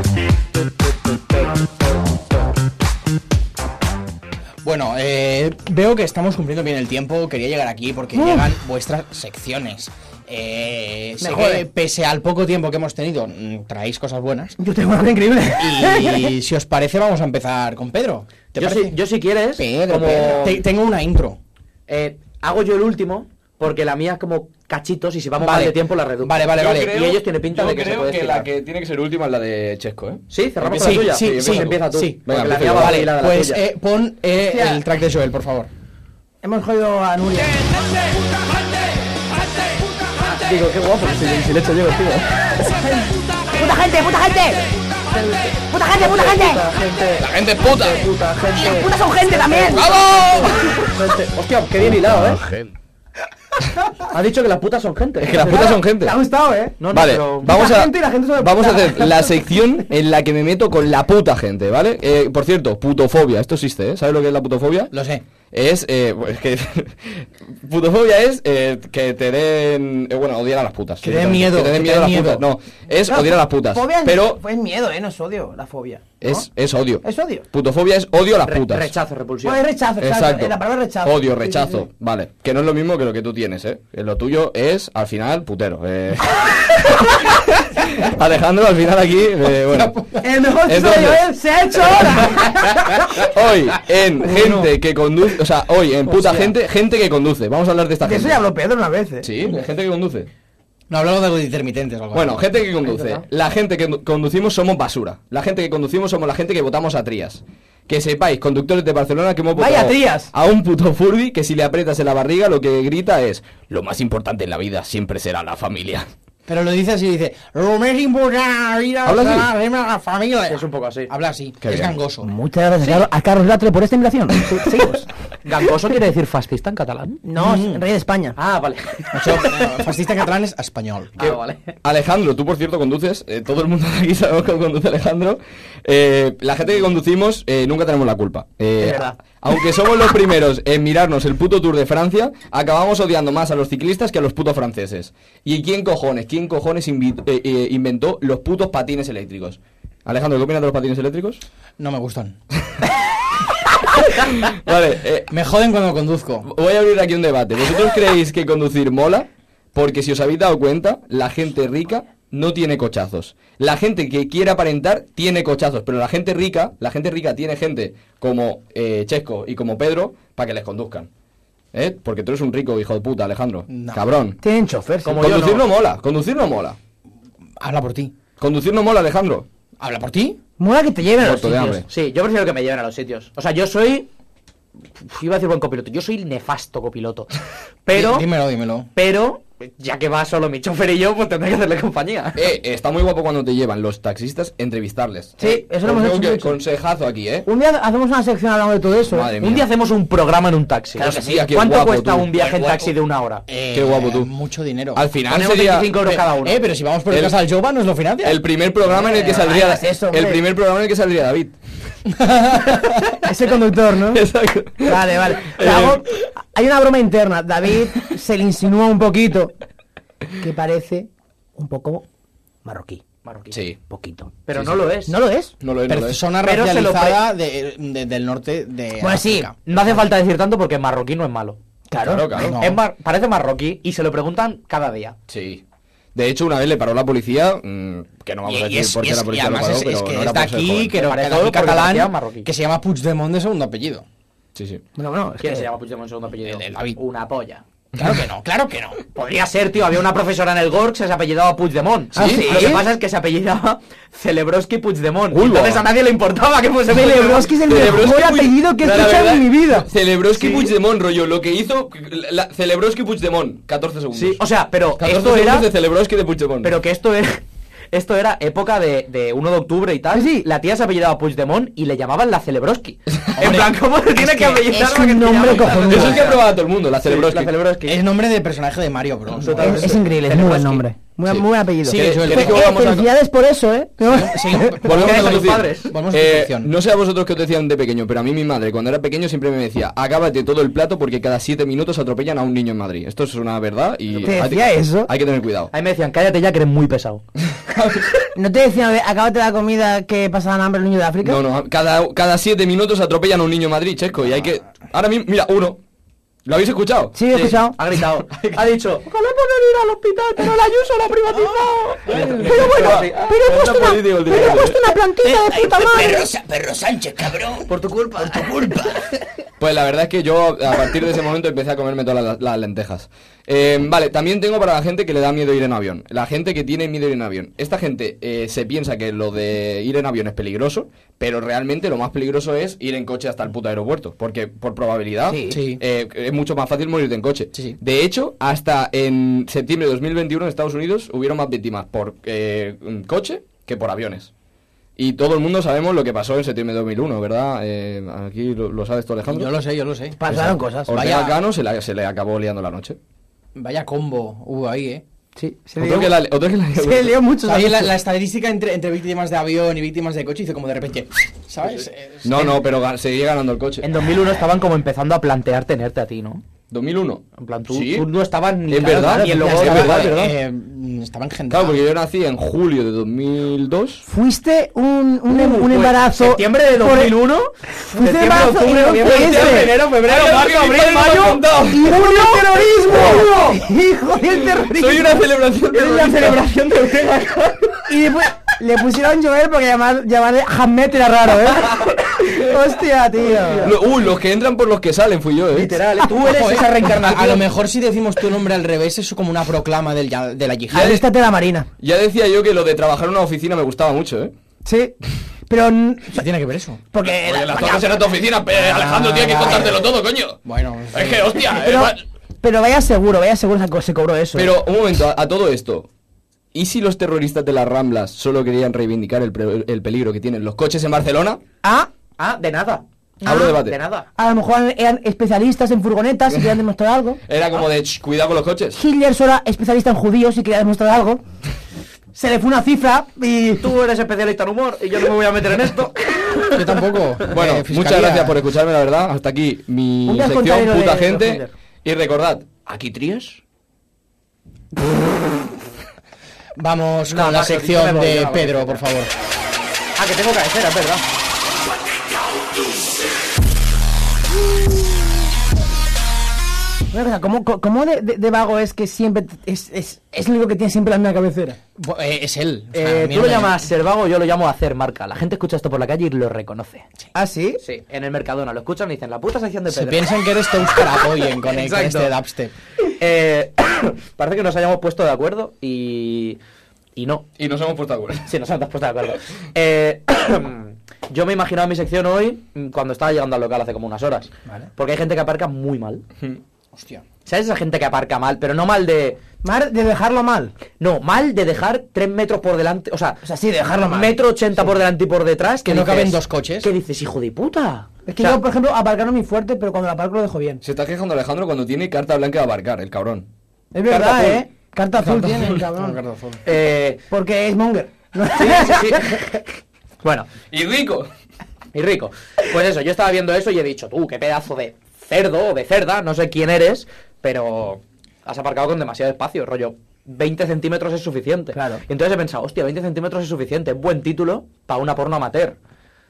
Bueno, eh, veo que estamos cumpliendo bien el tiempo. Quería llegar aquí porque llegan vuestras secciones. Eh, sé
jode.
que pese al poco tiempo que hemos tenido, mm, traéis cosas buenas.
Yo tengo una cosa increíble.
Y si os parece, vamos a empezar con Pedro. ¿Te
Yo
parece?
si, yo si quieres,
Pedro,
como
Pedro. Te- tengo una intro.
eh, hago yo el último, porque la mía es como cachitos y si vamos
Vale.
mal de tiempo la reduzco.
Vale, vale,
Yo
vale.
creo- y ellos tienen pinta
yo
de que se
creo
puede
que
estirar.
la que tiene que ser última es la de Chesco, ¿eh?
Sí, cerramos
Sí,
con la tuya.
sí,
Pues
sí.
empieza tú.
Sí.
Porque
Venga,
la
empieza
mía
tú.
va a
Vale,
la de la
pues
tuya.
eh, pon eh,
Hostia.
el track de Joel, por favor.
Hemos jodido a Nuria.
Digo, qué guapo, si, si le echo yo, tío.
¡Puta gente, puta gente! ¡Puta gente, puta gente!
¡La gente es puta!
Puta gente.
¡Puta son gente también!
gente. Hostia, qué bien hilado, eh. Ha dicho que las putas son gente.
Es que las putas son gente.
Te ha gustado, ¿eh?
No, no,
vale,
pero-
vamos,
La
a,
gente y la gente sobre
vamos a
puta.
hacer la sección en la que me meto con la puta gente, ¿vale? Eh, por cierto, putofobia, esto existe, ¿eh? ¿Sabes lo que es la putofobia?
Lo sé.
Es, eh, bueno, es que putofobia es eh, que te den, eh, bueno, odiar a las putas.
Que te den
directamente.
miedo,
que te den
que
miedo
te
a las
den
putas. No,
miedo.
es odiar a las putas.
Fobia es-
pero
Es miedo, ¿eh? No es odio, la fobia. ¿no?
es, es odio.
Es odio.
Putofobia es odio a las
Re-
putas.
rechazo, repulsión.
Bueno, es rechazo, exacto.
Exacto.
La palabra es rechazo.
Odio,
Sí, sí,
rechazo.
sí.
Vale. Que no es lo mismo que lo que tú tienes, ¿eh? Que Lo tuyo es, al final, putero. eh. Alejandro, al final aquí, eh, bueno.
El mejor
Entonces-
soy Joel se ha hecho ahora.
Hoy en gente que conduce, o sea, hoy en puta gente, gente que conduce. Vamos a hablar de esta
De eso
gente.
ya habló Pedro una vez, ¿eh?
Sí, de gente que conduce.
No hablamos de los intermitentes o algo
Bueno,
así.
gente que conduce. La gente que condu- conducimos somos basura. La gente que conducimos somos la gente que votamos a Trías. Que sepáis, conductores de Barcelona, que hemos votado
Vaya Trías.
a un puto Furby que si le aprietas en la barriga lo que grita es lo más importante en la vida siempre será la familia.
Pero lo dice así, dice, lo más importante ir a
Habla así.
cenar, irme a la familia.
Es un poco así.
Habla así,
Qué
es
bien.
gangoso.
Muchas gracias a Carlos- a Carlos Latre por esta invitación. Seguimos.
¿Gangoso quiere decir fascista en catalán?
No, es rey de España.
Ah, vale.
O sea, eh, fascista en catalán es español.
Ah, vale.
Alejandro, tú por cierto conduces, eh, todo el mundo de aquí sabemos que conduce Alejandro. Eh, la gente que conducimos eh, nunca tenemos la culpa. Eh,
Es verdad.
Aunque somos los primeros en mirarnos el puto Tour de Francia, acabamos odiando más a los ciclistas que a los putos franceses. ¿Y quién cojones, quién cojones invi- eh, eh, inventó los putos patines eléctricos? Alejandro, ¿qué opinas de los patines eléctricos?
Ah, No me gustan.
Vale, eh,
Me joden cuando conduzco.
Voy a abrir aquí un debate. ¿Vosotros creéis que conducir mola? Porque si os habéis dado cuenta, la gente rica no tiene cochazos. La gente que quiere aparentar tiene cochazos, pero la gente rica, la gente rica tiene gente como eh, Chesco y como Pedro para que les conduzcan. ¿Eh? Porque tú eres un rico hijo de puta, Alejandro.
No.
Cabrón.
Tienen chofer. sí.
Como yo
conducir
no.
no. mola, conducir no mola.
Habla por ti.
Conducir no mola, Alejandro.
¿Habla por ti?
Mola que te lleven a los
Muerto de
sitios.
hambre.
Sí, yo prefiero que me lleven a los sitios. O sea, yo soy. Uf, Iba a decir buen copiloto. Yo soy nefasto copiloto. Pero.
Dímelo, dímelo.
Pero. ya que va solo mi chofer y yo, pues tendré que hacerle compañía.
Eh, está muy guapo cuando te llevan los taxistas entrevistarles.
Sí,
Eh,
eso lo
os
hemos
tengo
hecho
que-
mucho.
Consejazo aquí, ¿eh?
Un día hacemos una sección hablando de todo eso. ¿eh?
Madre mía.
Un día hacemos un programa en un taxi.
Claro que sí, qué
¿Cuánto
guapo,
cuesta
tú.
un viaje en
Qué
taxi
guapo.
de una hora?
Eh,
Qué guapo tú.
Mucho dinero.
Al final
Ponemos
sería
25 euros
Pe-
cada uno.
Eh, pero si vamos por
El-
el casa al Jova, ¿nos lo financia?
el primer programa en el que saldría
hagas eso, hombre.
el primer programa en el que saldría David.
Ese conductor, ¿no?
Exacto. Eh,
Vale, vale. O sea, hago- hay una broma interna. David se le insinúa un poquito que parece un poco marroquí.
Marroquí.
Sí.
Poquito.
Pero
Sí,
no
sí.
lo es.
¿No lo es?
No lo es, no lo es.
Persona
Pero se lo pre-
racializada de- de- del norte de
Bueno, sí.
África.
No hace falta decir tanto porque marroquí no es malo.
Claro.
Claro, claro.
No.
Es mar- parece marroquí y se lo preguntan cada día.
Sí. De hecho, una vez le paró la policía, mm, que no
Y,
vamos a
y
decir
es,
por
y
qué
es-
la
y
policía lo
además
paró,
es,
pero
es que
no
es
era
de
por ser
aquí,
joven.
que, no-
Parece
que de
joven
aquí
porque parecía
catalán,
marroquí.
que se llama Puigdemont de segundo apellido.
Sí, sí.
Bueno, bueno, es
¿Quién se
que-
llama Puigdemont segundo apellido?
El- el David.
Una polla.
Claro que no, claro que no.
Podría ser, tío. Había una profesora en el GOR que se apellidaba Puigdemont.
¿Ah, sí?
Lo que pasa es que se apellidaba Celebroski Puigdemont.
Uy,
Entonces
guau.
a nadie le importaba que fuese
Celebroski es el
Celebroski
mejor
Puig-
apellido que he
La
escuchado en
verdad,
mi vida.
Celebroski Puigdemont, rollo. Lo que hizo. la- la- Celebroski Puigdemont, 14 segundos.
Sí, o sea, pero
14
esto
segundos
era...
de Celebroski de Puigdemont.
Pero que esto era... Esto era época de, de 1 de octubre y tal. Sí, la tía se apellidaba Puigdemont y le llamaban la Celebroski. en plan, ¿cómo le tiene que, apellidar
es
para que
un
te
nombre
llamen?
cojonudo.
Eso es que ha probado todo el mundo, la
Sí,
Celebroski.
La Celebroski.
Es nombre de personaje de Mario Bros. ¿no?
Totalmente.
Es, es increíble, es muy buen nombre. Muy,
Sí.
muy buen apellido.
Sigue, Joel.
Fe-
¿Quieres
que
eh,
volvamos a-
felicidades por eso, ¿eh?
Sí,
Volvemos
¿Qué
a
hacen los
conducir.
padres?
Volvemos a tu
Eh,
sección.
no sé a vosotros que os decían de pequeño, pero a mí mi madre cuando era pequeño siempre me decía, acábate todo el plato porque cada siete minutos atropellan a un niño en Madrid. Esto es una verdad y
¿Te
hay-
decía eso?
hay que tener cuidado.
A mí me decían, cállate ya que eres muy pesado.
¿No te decían, "Ve, acábate la comida que pasaban hambre el niño de África?
No, no, cada, cada siete minutos atropellan a un niño en Madrid, chesco, y hay que... Ahora mismo, mira, uno. ¿Lo habéis escuchado?
Sí, he escuchado.
Ha gritado. ha dicho,
Ojalá puedan ir al hospital, pero la Ayuso lo ha privatizado. pero bueno, pero he puesto una,
político el
pero he
director,
puesto una plantita de puta madre.
Perro Sánchez, cabrón.
por tu culpa. Por tu culpa.
Pues la verdad es que yo a partir de ese momento empecé a comerme todas las, las lentejas. Eh, vale, también tengo para la gente que le da miedo ir en avión. La gente que tiene miedo ir en avión. Esta gente eh, se piensa que lo de ir en avión es peligroso, pero realmente lo más peligroso es ir en coche hasta el puto aeropuerto. Porque por probabilidad
Sí. Sí.
eh, es mucho más fácil morirte en coche.
Sí, sí.
De hecho, hasta en septiembre de 2021 en Estados Unidos hubieron más víctimas por eh, coche que por aviones. Y todo el mundo sabemos lo que pasó en septiembre de 2001, ¿verdad? Eh, aquí lo, lo sabes tú, Alejandro.
Yo lo sé, yo lo sé.
Pasaron cosas.
Ortega
Vaya-
Cano se, la- se le acabó liando la noche.
Vaya combo hubo ahí, ¿eh?
Sí, se
Otro que la, otro que la
Se lió mucho.
O sea, ahí la, la estadística entre, entre víctimas de avión y víctimas de coche hizo como de repente, ¿sabes? Eh, Es-
No, no, pero ga- seguía ganando el coche.
En 2001 estaban como empezando a plantear tenerte a ti, ¿no?
2001.
En plan, tú,
Sí.
tú no estabas ni
Es
nada,
verdad,
nada, ni
es
en lo
verdad,
gordo,
es verdad.
eh, mm, estaba engendrado.
Claro, porque yo nací en julio de 2002.
Fuiste un,
Uh,
un, em- un
Pues,
embarazo.
Septiembre de
por-
2001.
Fuiste de
septiembre,
embarazo y
octubre,
no
noviembre,
fuiste.
diciembre, enero, febrero,
Ay,
marzo,
Dios,
abril,
mi padre me ha
mayo.
contado.
¡Y junio terrorismo! ¡Hijo del terrorismo!
Soy una celebración
Eres
terrorista.
la celebración de Ortega Cano. Y después le pusieron Joel porque llamar, llamarle Hamet era raro, ¿eh? Hostia, tío.
Lo- uy, los que entran por los que salen fui yo, eh.
Literal, tú eres
Ojo, eh,
esa reencarnación.
A lo mejor si decimos tu nombre al revés es como una proclama del, ya- de la
A
yihad.
ver, esta tela marina.
Ya decía yo que lo de trabajar en una oficina me gustaba mucho, eh.
Sí. Pero. n-
¿Qué tiene que ver eso?
Porque.
Oye, las torres eran tu oficina, pe-
Ah,
Alejandro, tiene que contártelo todo, coño.
Bueno,
Es que, hostia, eh,
Pero,
va-
pero vaya seguro, vaya seguro se co- se cobró eso. ¿eh?
Pero un momento, a, a todo esto. ¿Y si los terroristas de las Ramblas solo querían reivindicar el, pre- el peligro que tienen los coches en Barcelona?
Ah,
Ah, de nada.
Abro
Ah,
debate.
De nada.
a lo mejor eran especialistas en furgonetas y querían demostrar algo.
Era como de, "Ch, cuidado con los coches.
Hitler solo era especialista en judíos y quería demostrar algo. Se le fue una cifra y.
Tú eres especialista en humor y yo no me voy a meter en esto.
yo tampoco.
Bueno,
Eh, fiscalía.
muchas gracias por escucharme, la verdad. Hasta aquí mi
Un día os
sección,
contaré lo
puta
de- de
gente.
Hitler.
Y recordad, aquí Trías.
Vamos con la
Mario,
sección
dímelo,
de
ya,
Pedro,
vale.
por favor.
Ah, que tengo cabecera, es verdad.
Una cosa, ¿cómo, co- cómo de, de- de vago es que siempre t- es, es, es lo único que tiene siempre la misma cabecera?
Bu- eh, es él. O sea,
Eh, tú
mierda,
lo llamas ser vago, yo lo llamo hacer marca. La gente escucha esto por la calle y lo reconoce.
¿Ah, sí?
Sí, en el Mercadona lo escuchan y dicen, la puta sección de
Se
Pedro.
piensan que eres Toast Karapoyen con, eh, con
Exacto.
este dubstep.
Eh, parece que nos hayamos puesto de acuerdo y. Y no.
Y nos hemos puesto de acuerdo.
Sí, nos hemos puesto de acuerdo. Eh, yo me imaginaba mi sección hoy mm, cuando estaba llegando al local hace como unas horas. Porque hay gente que aparca muy mal.
Hostia.
¿Sabes esa gente que aparca mal? Pero no mal de...
Mar, de dejarlo mal.
No, mal de dejar 3 metros por delante. O sea,
O sea, sí, dejarlo mal.
metro 80 por delante y por detrás.
Que no caben dos coches.
¿Qué dices, hijo de puta?
Es que
O sea,
yo, por ejemplo, aparcarlo muy fuerte, pero cuando lo aparco lo dejo bien.
Se está quejando Alejandro cuando tiene carta blanca de abarcar, el cabrón.
Es
Carta
verdad,
azul.
¿eh? Carta azul tiene, cabrón.
Carta azul.
eh,
Porque es monger.
sí, sí, sí. bueno,
Y rico.
y rico. Pues eso, yo estaba viendo eso y he dicho, tú, qué pedazo de cerdo o de cerda, no sé quién eres, pero has aparcado con demasiado espacio, rollo. 20 centímetros es suficiente.
Claro.
Y entonces he pensado, hostia, 20 centímetros es suficiente. Buen título para una porno amateur.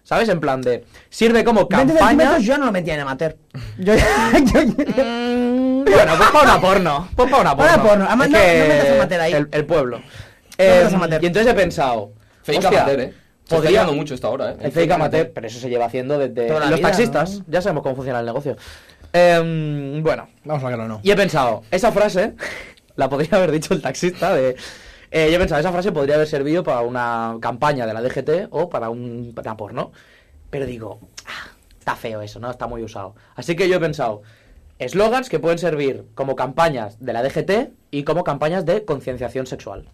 ¿Sabes? En plan de. Sirve como
20
campaña.
centímetros yo no lo metía en amateur. Yo, yo- yo-
Bueno, pues para una porno. Pues para una porno.
Para porno. Además,
Es
no-
que
no metas amateur ahí.
El, el pueblo.
metas
Eh,
amateur.
Y entonces he pensado.
Fake
hostia,
amateur, eh. Se está
Podría,
liando mucho esta hora, eh.
el fake amateur, pero eso se lleva haciendo desde
Toda la
los
vida,
taxistas.
¿no?
Ya sabemos cómo funciona el negocio. Em, bueno,
Vamos al grano.
y he pensado, esa frase la podría haber dicho el taxista de... eh, yo he pensado, esa frase podría haber servido para una campaña de la DGT o para un para porno. Pero digo, "Ah, está feo eso, ¿no? Está muy usado. Así que yo he pensado, eslogans que pueden servir como campañas de la DGT y como campañas de concienciación sexual.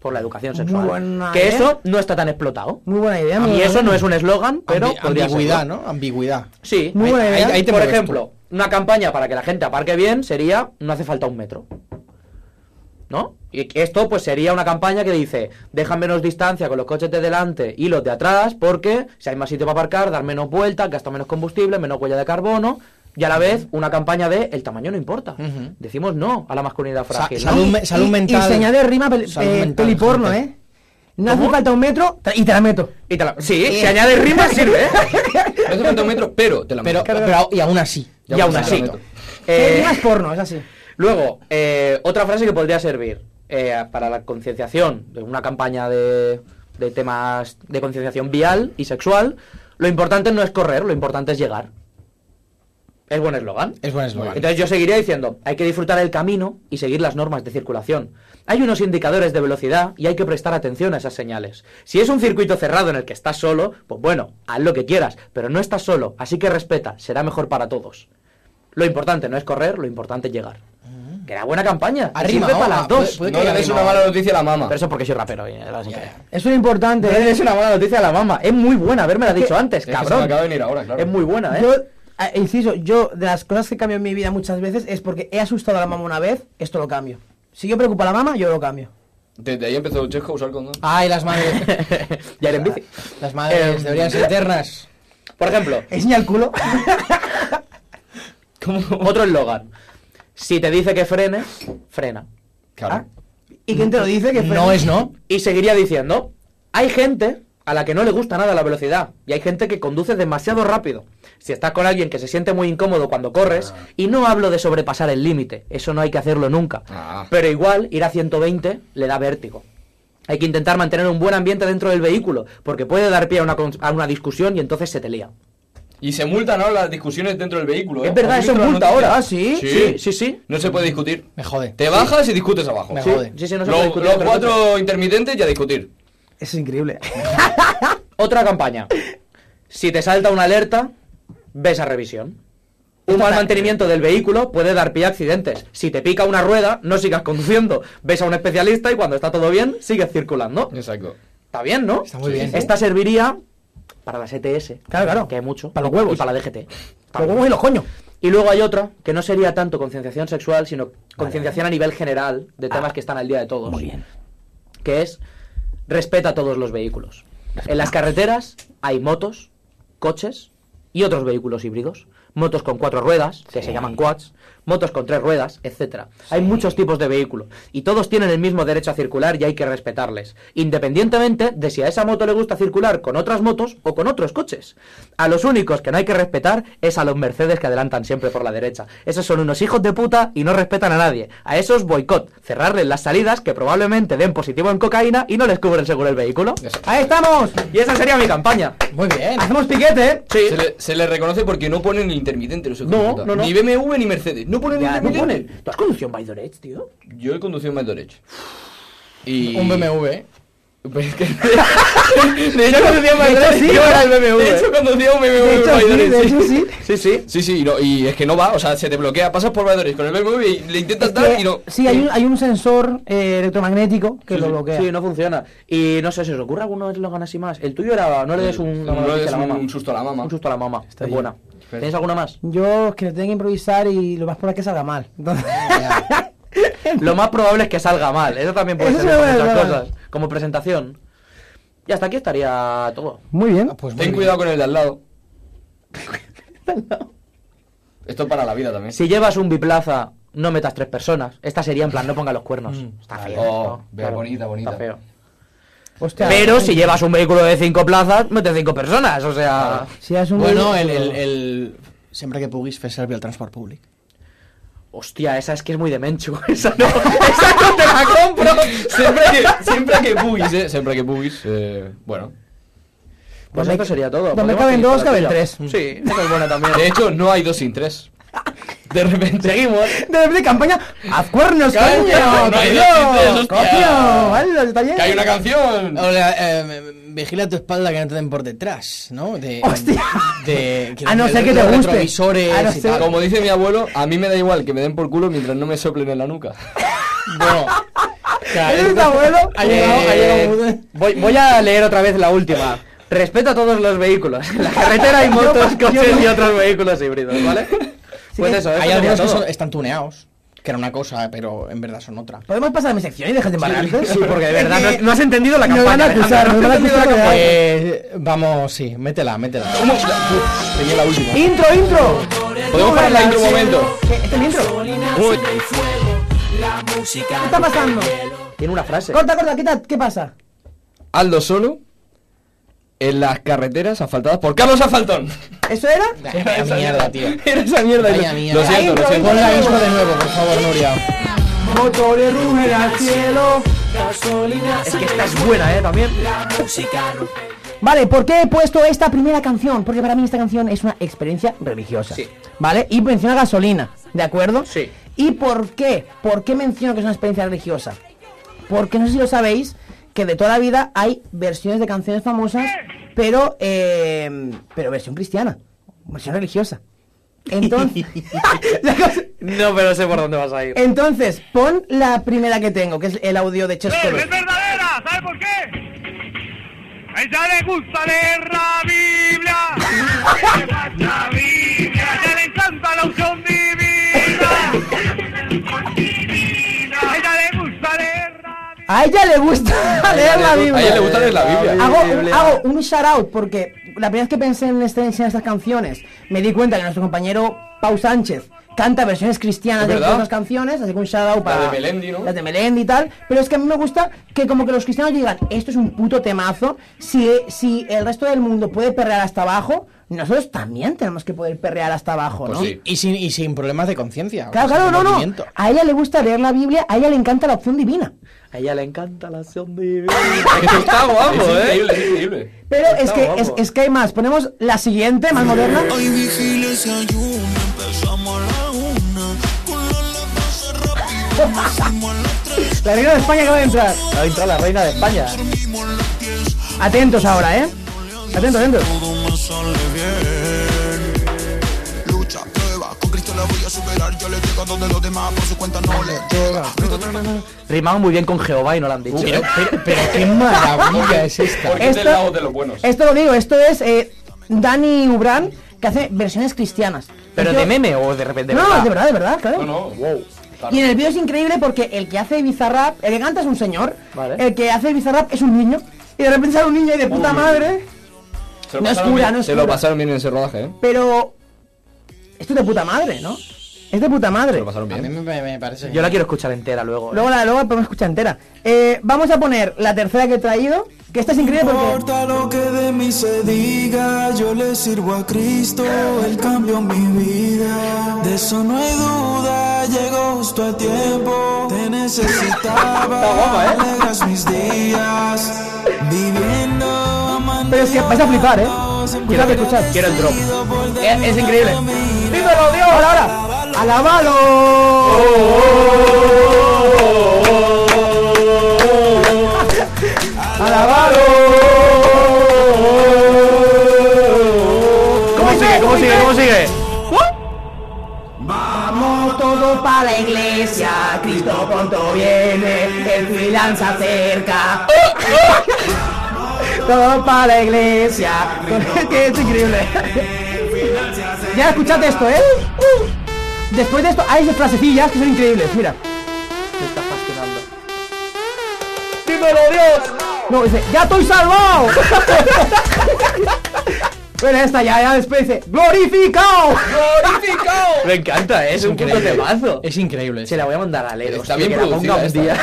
Por la educación sexual.
buena
que
idea.
eso no está tan explotado.
Muy buena idea. muy
Y
buena
eso
idea.
no es un eslogan, pero
Ambi-
podría
ambigüedad,
serlo.
¿no? Ambigüedad.
Sí,
Muy buena idea.
ahí te
por
mueves
ejemplo, una campaña para que la gente aparque bien sería no hace falta un metro. ¿No? Y que esto pues sería una campaña que dice, dejan menos distancia con los coches de delante y los de atrás porque si hay más sitio para aparcar, dar menos vueltas, gastar menos combustible, menos huella de carbono y a la vez una campaña de el tamaño no importa.
Ujú.
Decimos no a la masculinidad
Sa-
frágil.
salud
¿no?
me- salud
y,
mental.
Y se añade rima pel-
Salud
eh,
mental,
peliporno,
gente.
¿eh? No hace falta un metro tra- y te la meto.
Y te la- Sí, si añade rima sirve. ¿eh?
No hace falta un metro, pero te la
Pero,
meto.
pero- y aún así.
y aún
pues,
así.
Exactamente.
Eh,
Eh,
rima es porno, es así.
Luego, eh, otra frase que podría servir eh, para la concienciación de una campaña de, de temas de concienciación vial y sexual. Lo importante no es correr, lo importante es llegar. Es buen eslogan.
Es buen eslogan.
Entonces yo seguiría diciendo, hay que disfrutar el camino y seguir las normas de circulación. Hay unos indicadores de velocidad y hay que prestar atención a esas señales. Si es un circuito cerrado en el que estás solo, pues bueno, haz lo que quieras, pero no estás solo, así que respeta, será mejor para todos. Lo importante no es correr, lo importante es llegar.
Mm.
Que era buena campaña. que
Arrima,
sirve para
hola,
las dos.
puede- puede
No le des
no.
una mala noticia a la mama.
Pero eso porque soy rapero. eh, y era sin querer.
Eso es importante.
No le
¿eh?
des una mala noticia a la mama. Es muy buena, haberme la dicho antes,
Es que se me
cabrón.
acaba de venir ahora, claro.
Es muy buena, ¿eh?
Yo, ah, inciso, yo de las cosas que cambio en mi vida muchas veces es porque he asustado a la mamá una vez, esto lo cambio. Si yo preocupo a la mamá, yo lo cambio.
Desde ahí empezó Chesco a usar condón.
Ah,
Ay, las madres.
ya era en bici.
Las madres
Em,
deberían ser eternas.
Por ejemplo,
Enseña el culo.
Otro eslogan. Si te dice que frenes, frena.
Claro.
ah.
¿Y quién te lo dice? Que
No es no.
Y seguiría diciendo, hay gente a la que no le gusta nada la velocidad y hay gente que conduce demasiado rápido. Si estás con alguien que se siente muy incómodo cuando corres,
Ah.
y no hablo de sobrepasar el límite, eso no hay que hacerlo nunca,
Ah.
pero igual ir a 120 le da vértigo. Hay que intentar mantener un buen ambiente dentro del vehículo, porque puede dar pie a una, cons- a una discusión y entonces se te lía.
Y se multan ahora las discusiones dentro del vehículo. ¿eh?
Es verdad,
¿Has
eso
visto
multa
las
ahora.
noticias?
Ah, ¿sí? Sí, sí, sí.
No se puede discutir.
Me jode.
Te bajas y discutes abajo.
Me jode.
Sí, sí, no se
Lo-
puede discutir
los
otra cosa.
cuatro intermitentes ya discutir.
Es increíble.
Otra campaña. Si te salta una alerta, ves a revisión. Un mal mantenimiento del vehículo puede dar pie a accidentes. Si te pica una rueda, no sigas conduciendo. Ves a un especialista y cuando está todo bien, sigues circulando.
Exacto.
Está bien, ¿no?
Está muy bien.
Esta serviría para las ETS.
Claro, claro.
Que hay mucho.
Para los huevos.
Y para la DGT.
Los huevos y los coños.
Y luego hay otra que no sería tanto concienciación sexual, sino concienciación a nivel general de
Ah.
temas que están al día de todos. Muy bien. Que es respeta todos los vehículos. En las carreteras hay motos, coches y otros vehículos híbridos. Motos con cuatro ruedas, que se llaman quads, motos con tres ruedas, etcétera. Hay muchos tipos de vehículo y todos tienen el mismo derecho a circular y hay que respetarles, independientemente de si a esa moto le gusta circular con otras motos o con otros coches. A los únicos que no hay que respetar es a los Mercedes que adelantan siempre por la derecha. Esos son unos hijos de puta y no respetan a nadie. A esos boicot, cerrarles las salidas que probablemente den positivo en cocaína y no les cubren seguro el vehículo.
¡Ahí estamos!
Y esa sería mi campaña.
Muy bien.
Hacemos piquete, ¿eh?
Sí.
Se le, se le reconoce porque no ponen el intermitente. Los hijos
No,
de puta.
no, no.
Ni BMW ni Mercedes. No ponen
Ya,
el
no
intermitente.
ponen. ¿Tú has conducido un by the Reds, tío?
Yo he conducido en mal derecho. Y...
Un BMW.
Pues que- De hecho,
conducía un Maidores,
de hecho,
yo era el BMW,
De hecho,
eh.
conducía un BMW
De hecho, sí,
Maidores,
de hecho, sí.
Sí, sí. Sí, sí, y, no- y es que no va, o sea, se te bloquea. Pasas por Valladolid con el BMW y le intentas
Es
dar
que-
y no.
Sí, hay un, hay un sensor eh, electromagnético que
Sí,
lo
sí.
bloquea.
Sí, no funciona. Y no sé si os ocurre alguno eslogan así más. El tuyo era no le des un, una
No le
noticia
des
a la
un
mamá.
susto a la mamá.
Un susto a la mamá. es
bien.
buena.
Espera.
¿Tenéis alguna más?
Yo es que tengo que improvisar y lo más probable es que salga mal. Entonces-
Lo más probable es que salga mal. Eso también puede
Eso
ser
se
para
puede
muchas
salvar.
cosas. Como presentación. Y hasta aquí estaría todo.
Muy bien.
Pues muy
Ten
bien.
cuidado con el de al lado. Esto es para la vida también.
Si llevas un biplaza, no metas tres personas. Esta sería en plan, no ponga los cuernos.
Mm.
Está feo.
Oh,
¿no?
vea, bonita, bonita.
Está feo.
Hostia.
Pero si llevas un vehículo de cinco plazas, mete cinco personas. O sea.
Si es un
Bueno, el, el, el... Sempre que puguis fer servir el transport públic.
Hostia, esa es que es muy de menchu. Esa no, esa no te la compro.
siempre que, siempre que puguis, eh. Siempre que puguis, eh, bueno.
Pues
Donde-
esto sería todo.
donde
Podemos
caben
seguir
dos,
con la
caben
tuya.
tres.
Sí, esa es buena también.
De hecho, no hay dos sin tres. De repente. Seguimos.
De repente campaña. ¡Haz cuernos,
Caño,
coño!
no hay
¡Coño!
dientes, hostia.
¡Coño! ¿Vale? ¿Está bien?
Que hay una canción.
em, vigila tu espalda que no te den por detrás, ¿no? De,
Hostia.
De,
A no
de-
ser que
de
te guste.
retrovisores
A no
y
ser-
tal.
Como dice mi abuelo, a mí me da igual que me den por culo mientras no me soplen en la nuca.
Bueno. claro.
¿Eres abuelo?
Ha llegado, ha llegado
Eh,
un-
Voy, voy a leer otra vez la última. Respeta todos los vehículos. En la carretera hay motos,
yo-
coches y otros vehículos híbridos, ¿vale? pues
que
eso, eso
Hay
sería
algunos que
todo.
son- están tuneados, que era una cosa, pero en verdad son otra.
¿Podemos pasar a mi sección y dejar de embarrarte?
Sí, porque de
Es
verdad,
que-
no, no has entendido la
Nos
campaña.
van a
Alejandro,
acusar,
no
nos
has
van a
entendido la
acusar de
campaña.
Eh, Pues vamos, sí, métela, métela.
Tenía la última.
¡Intro, intro!
Podemos parar la intro un momento.
¿Qué? ¿Este es el intro? ¿Qué está pasando?
Tiene una frase.
Corta, corta, quita, ¿qué pasa?
Aldo solo en las carreteras asfaltadas por Carlos Asfaltón.
¿Eso era?
Vaya mierda, tío.
Era esa mierda.
Vaya mierda.
Lo siento, lo
Ahí,
siento.
Pon la intro de nuevo, por favor, Nuria.
Motores rugen al cielo.
Es que esta es buena, ¿eh? También.
Vale, ¿por qué he puesto esta primera canción? Porque para mí esta canción es una experiencia religiosa.
Sí.
¿Vale? Y menciona gasolina, ¿de acuerdo?
Sí.
¿Y por qué? ¿Por qué menciono que es una experiencia religiosa? Porque no sé si lo sabéis, que de toda la vida hay versiones de canciones famosas, pero, eh, pero versión cristiana, versión religiosa. Entonces,
No, pero sé por dónde vas a ir.
entonces, pon la primera que tengo, que es el audio de Chester.
¡Es verdadera! ¿Sabe por qué? A ella le gusta leer la Biblia. La Biblia. A ella le encanta la unción divina. divina. A ella le gusta leer
A ella le gusta leer la
la Biblia.
Biblia.
A ella le gusta leer la Biblia.
Hago, hago un shout out porque la primera vez que pensé en, este- en estas canciones me di cuenta que nuestro compañero Pau Sánchez canta versiones cristianas
¿Es
de
verdad?
todas las canciones, así que un shout out para
de Melendi, ¿no?
las de Melendi y tal, pero es que a mí me gusta que como que los cristianos digan, esto es un puto temazo, si, si el resto del mundo puede perrear hasta abajo, nosotros también tenemos que poder perrear hasta abajo,
Pues
¿no?
sí.
Y sin, y sin problemas de conciencia.
Claro,
o sea,
claro,
sin
no, no.
movimiento.
A ella le gusta leer la Biblia, a ella le encanta la opción divina.
A ella le encanta la acción divina. Esto está
Es
guapo, ¿eh?
increíble, es increíble.
Pero es
Está
que,
guapo.
es, es que hay más. Ponemos la siguiente, más moderna.
Hoy vigila ese ayuno. Empezamos a la una. Con la lata se rápido. Nacimos a las tres.
La reina de España acaba de entrar.
Ha entrado la reina de España.
Dormimos a las diez.
Atentos ahora, ¿eh? Atentos, atentos.
todo me sale bien. Lucha, prueba, con Cristo la voy a superar. Yo le digo donde los demás por su cuenta no le llega.
Rimaba muy bien con Jehová y no lo han dicho. ¿eh?
Pero, pero- pero qué maravilla es esta.
Porque es del
Esta-
lado de los buenos.
Esto lo digo, esto es eh, Dani Ubran, que hace versiones cristianas.
¿Pero
El tío-
de meme o de repente?
no, no, de verdad, de verdad, claro.
No, no. Wow.
Y en el vídeo es increíble porque el que hace Bizarrap, el que canta es un señor,
Vale.
el que hace Bizarrap es un niño, y de repente sale un niño y de puta madre,
Se lo
No es
pasaron
cura,
bien-
no es
Se lo
cura.
pasaron bien en ese rodaje, ¿eh?
pero esto es de puta madre, ¿no? Es de puta
Se
madre.
lo pasaron
A mí
bien.
me, me- me parece.
Yo la quiero escuchar entera luego. ¿eh?
Luego la, luego la podemos escuchar entera. Eh, vamos a poner la tercera que he traído, que esta es increíble porque...
importa lo que de mí se diga, yo le sirvo a Cristo, Él cambió mi vida. De eso no hay duda, llegó justo a tiempo, te necesitaba, alegras mis días, viviendo, amando.
Pero es que vais a flipar, ¿eh? Escuchad, escuchad.
Quiero el drop.
Es, es increíble. ¡Dímelo, Dios! ¡Ahora, ahora! ¡Alabalo! ¡Alabalo!
sigue? ¿Cómo sigue? ¿Cómo sigue?
Vamos todos para la iglesia, Cristo pronto viene, el freelance se acerca. todos para la iglesia. que es increíble. ya escuchad esto, ¿eh? Después de esto hay esas frasecillas que son increíbles, mira.
Me está fascinando.
¡Dímelo, Dios! No, dice, ¡ya estoy salvado! bueno, esta ya, ya después dice, ¡glorificado!
Me encanta, ¿eh? es un puto temazo.
Es increíble.
Se la voy a mandar a Lero.
Está
hostia,
bien
que la ponga
producida
un
esta.
día.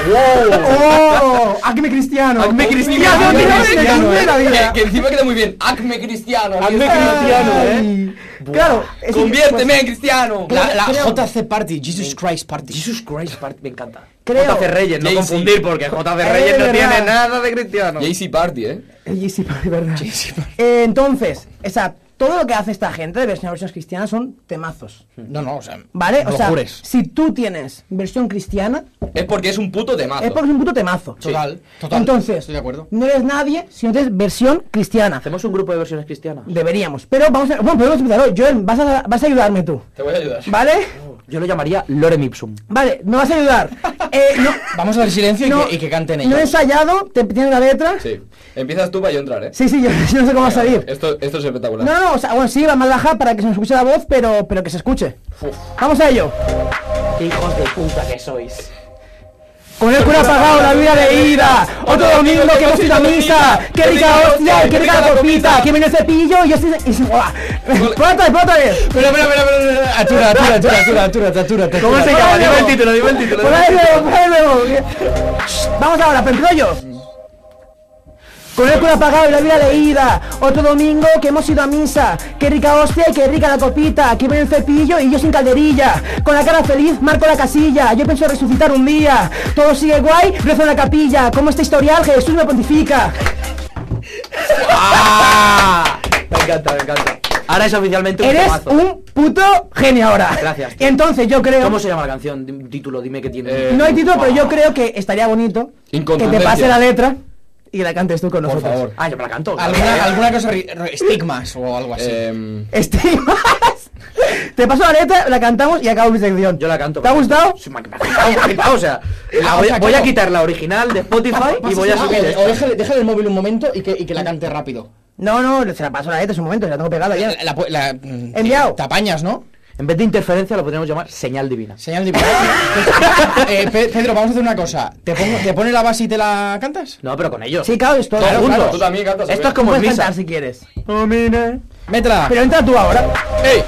¡Oh! ¡Acme Cristiano!
Acme Cristiano,
¡Acme
acme
Cristiano!
cristiano,
la vida!
Que, que encima queda muy bien. Acme cristiano.
Hazme cristiano, ¿eh?
Ay. Claro, es que-
Conviérteme en cristiano.
La, la JC Party, Jesus Christ Party.
Jesus Christ, Bart, me encanta.
Creo-
JC Reyes, no
Jay-Z.
confundir, porque JC
Eh,
Reyes no
verdad.
tiene nada de cristiano.
JC Party, ¿eh?
El Yeezy pues, Party, ¿verdad? Eh, entonces, o sea, todo lo que hace esta gente de versiones versiones cristianas son temazos,
No, no, o sea.
¿vale?
no
o
lo
sea,
jures.
si tú tienes versión cristiana,
Es porque es un puto temazo.
es porque es un puto temazo.
Total, total.
Entonces,
Estoy de acuerdo.
no eres nadie si no tienes versión cristiana.
¿Hacemos un grupo de versiones cristianas?
Deberíamos, pero vamos a... Bueno, podemos empezar hoy. Joel, vas a, vas a ayudarme tú,
Te voy a ayudar.
¿vale?
Yo lo llamaría Lorem Ipsum.
Vale, me vas a ayudar. Eh, no,
Vamos a dar silencio y,
no-
que, y que canten
No
ellos.
he ensayado, te tiene la letra.
Sí. Empiezas tú para yo entrar, ¿eh?
Sí, sí, yo, yo no sé cómo va a salir.
Esto, esto es espectacular.
No, no, o sea, bueno, sí, va más baja para que se nos escuche la voz, pero, pero que se escuche.
Uf.
Vamos a ello.
Hijos de puta que sois.
Con el cura apagado, la vida leída. Otro domingo que hemos ido a misa. Qué rica hostia, y qué rica la copita. Que viene el cepillo y yo estoy... y- ¡Buah! eh. Por otra vez, por otra vez.
Espera, espera, espera, espera, espera. Atura, atura, atura, atura, atura, atura, atura.
¿Cómo se llama? Dime el título,
dime el título.
Por ahí luego, por ahí luego. Shh, Vamos ahora, pero empiezo yo. Con el cura apagado y la vida leída. Otro domingo que hemos ido a misa. Qué rica hostia y qué rica la copita. Aquí viene el cepillo y yo sin calderilla. Con la cara feliz marco la casilla. Yo pienso resucitar un día. Todo sigue guay, rezo en la capilla. Como este historial, Jesús me pontifica.
Ah.
Me encanta, me encanta. Ahora es oficialmente un
Eres
temazo.
un puto genio ahora.
Gracias.
Entonces yo creo...
¿Cómo se llama la canción? Di- un Título, dime que tiene.
Eh,
No hay título,
ah.
pero yo creo que estaría bonito que te
Incontundencia.
pase la letra y la cantes tú con
Por
nosotros.
favor.
Ah, yo me la canto.
¿Alguna, alguna cosa. ri- ri- Estigmas o algo así.
Em,
Estimas. Te paso la letra, la cantamos y acabo mi sección.
Yo la canto.
¿Te ha gustado?
Sí, me- me ha flipado, flipado, o sea, la voy,
sea,
voy a
claro.
quitar la original de Spotify y voy a
Ah,
subir
O, o
esta.
déjale, déjale el móvil un momento y que, y que la cante rápido.
No, no, se la paso la letra, es un momento, ya la tengo pegada ya.
Eh,
La, la, la- mm,
Enviado.
Te apañas, ¿no?
En vez de interferencia lo podríamos llamar señal divina.
Señal de eh, Pe- Pedro, vamos a hacer una cosa. ¿Te, pongo, ¿Te pone la base y te la cantas?
No, pero con ellos.
Sí, claro, esto.
Todos
claro,
juntos.
tú también cantas,
Esto es
Javier.
como en
Puedes
misa.
cantar si quieres.
Métela.
Pero entra tú ahora.
¡Ey!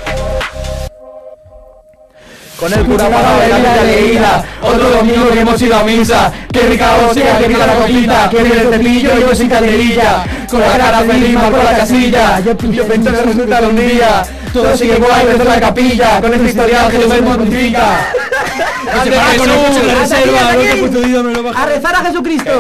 Con el
Escucha
cura
la
apagado y la
vida
vida leída.
leída.
Otro domingo que hemos ido a misa. Qué rica hostia, qué rica la copita. Qué bien el cepillo, yo sin calderilla. Con la cara feliz, marco la casilla. Yo pensé que resulta un día. Todo sigue guay, desde la capilla. Con este historial que Dios me mortifica.
Antes que
con
Jesús.
un
Hasta aquí, hasta aquí.
Arre-
A rezar a Jesucristo.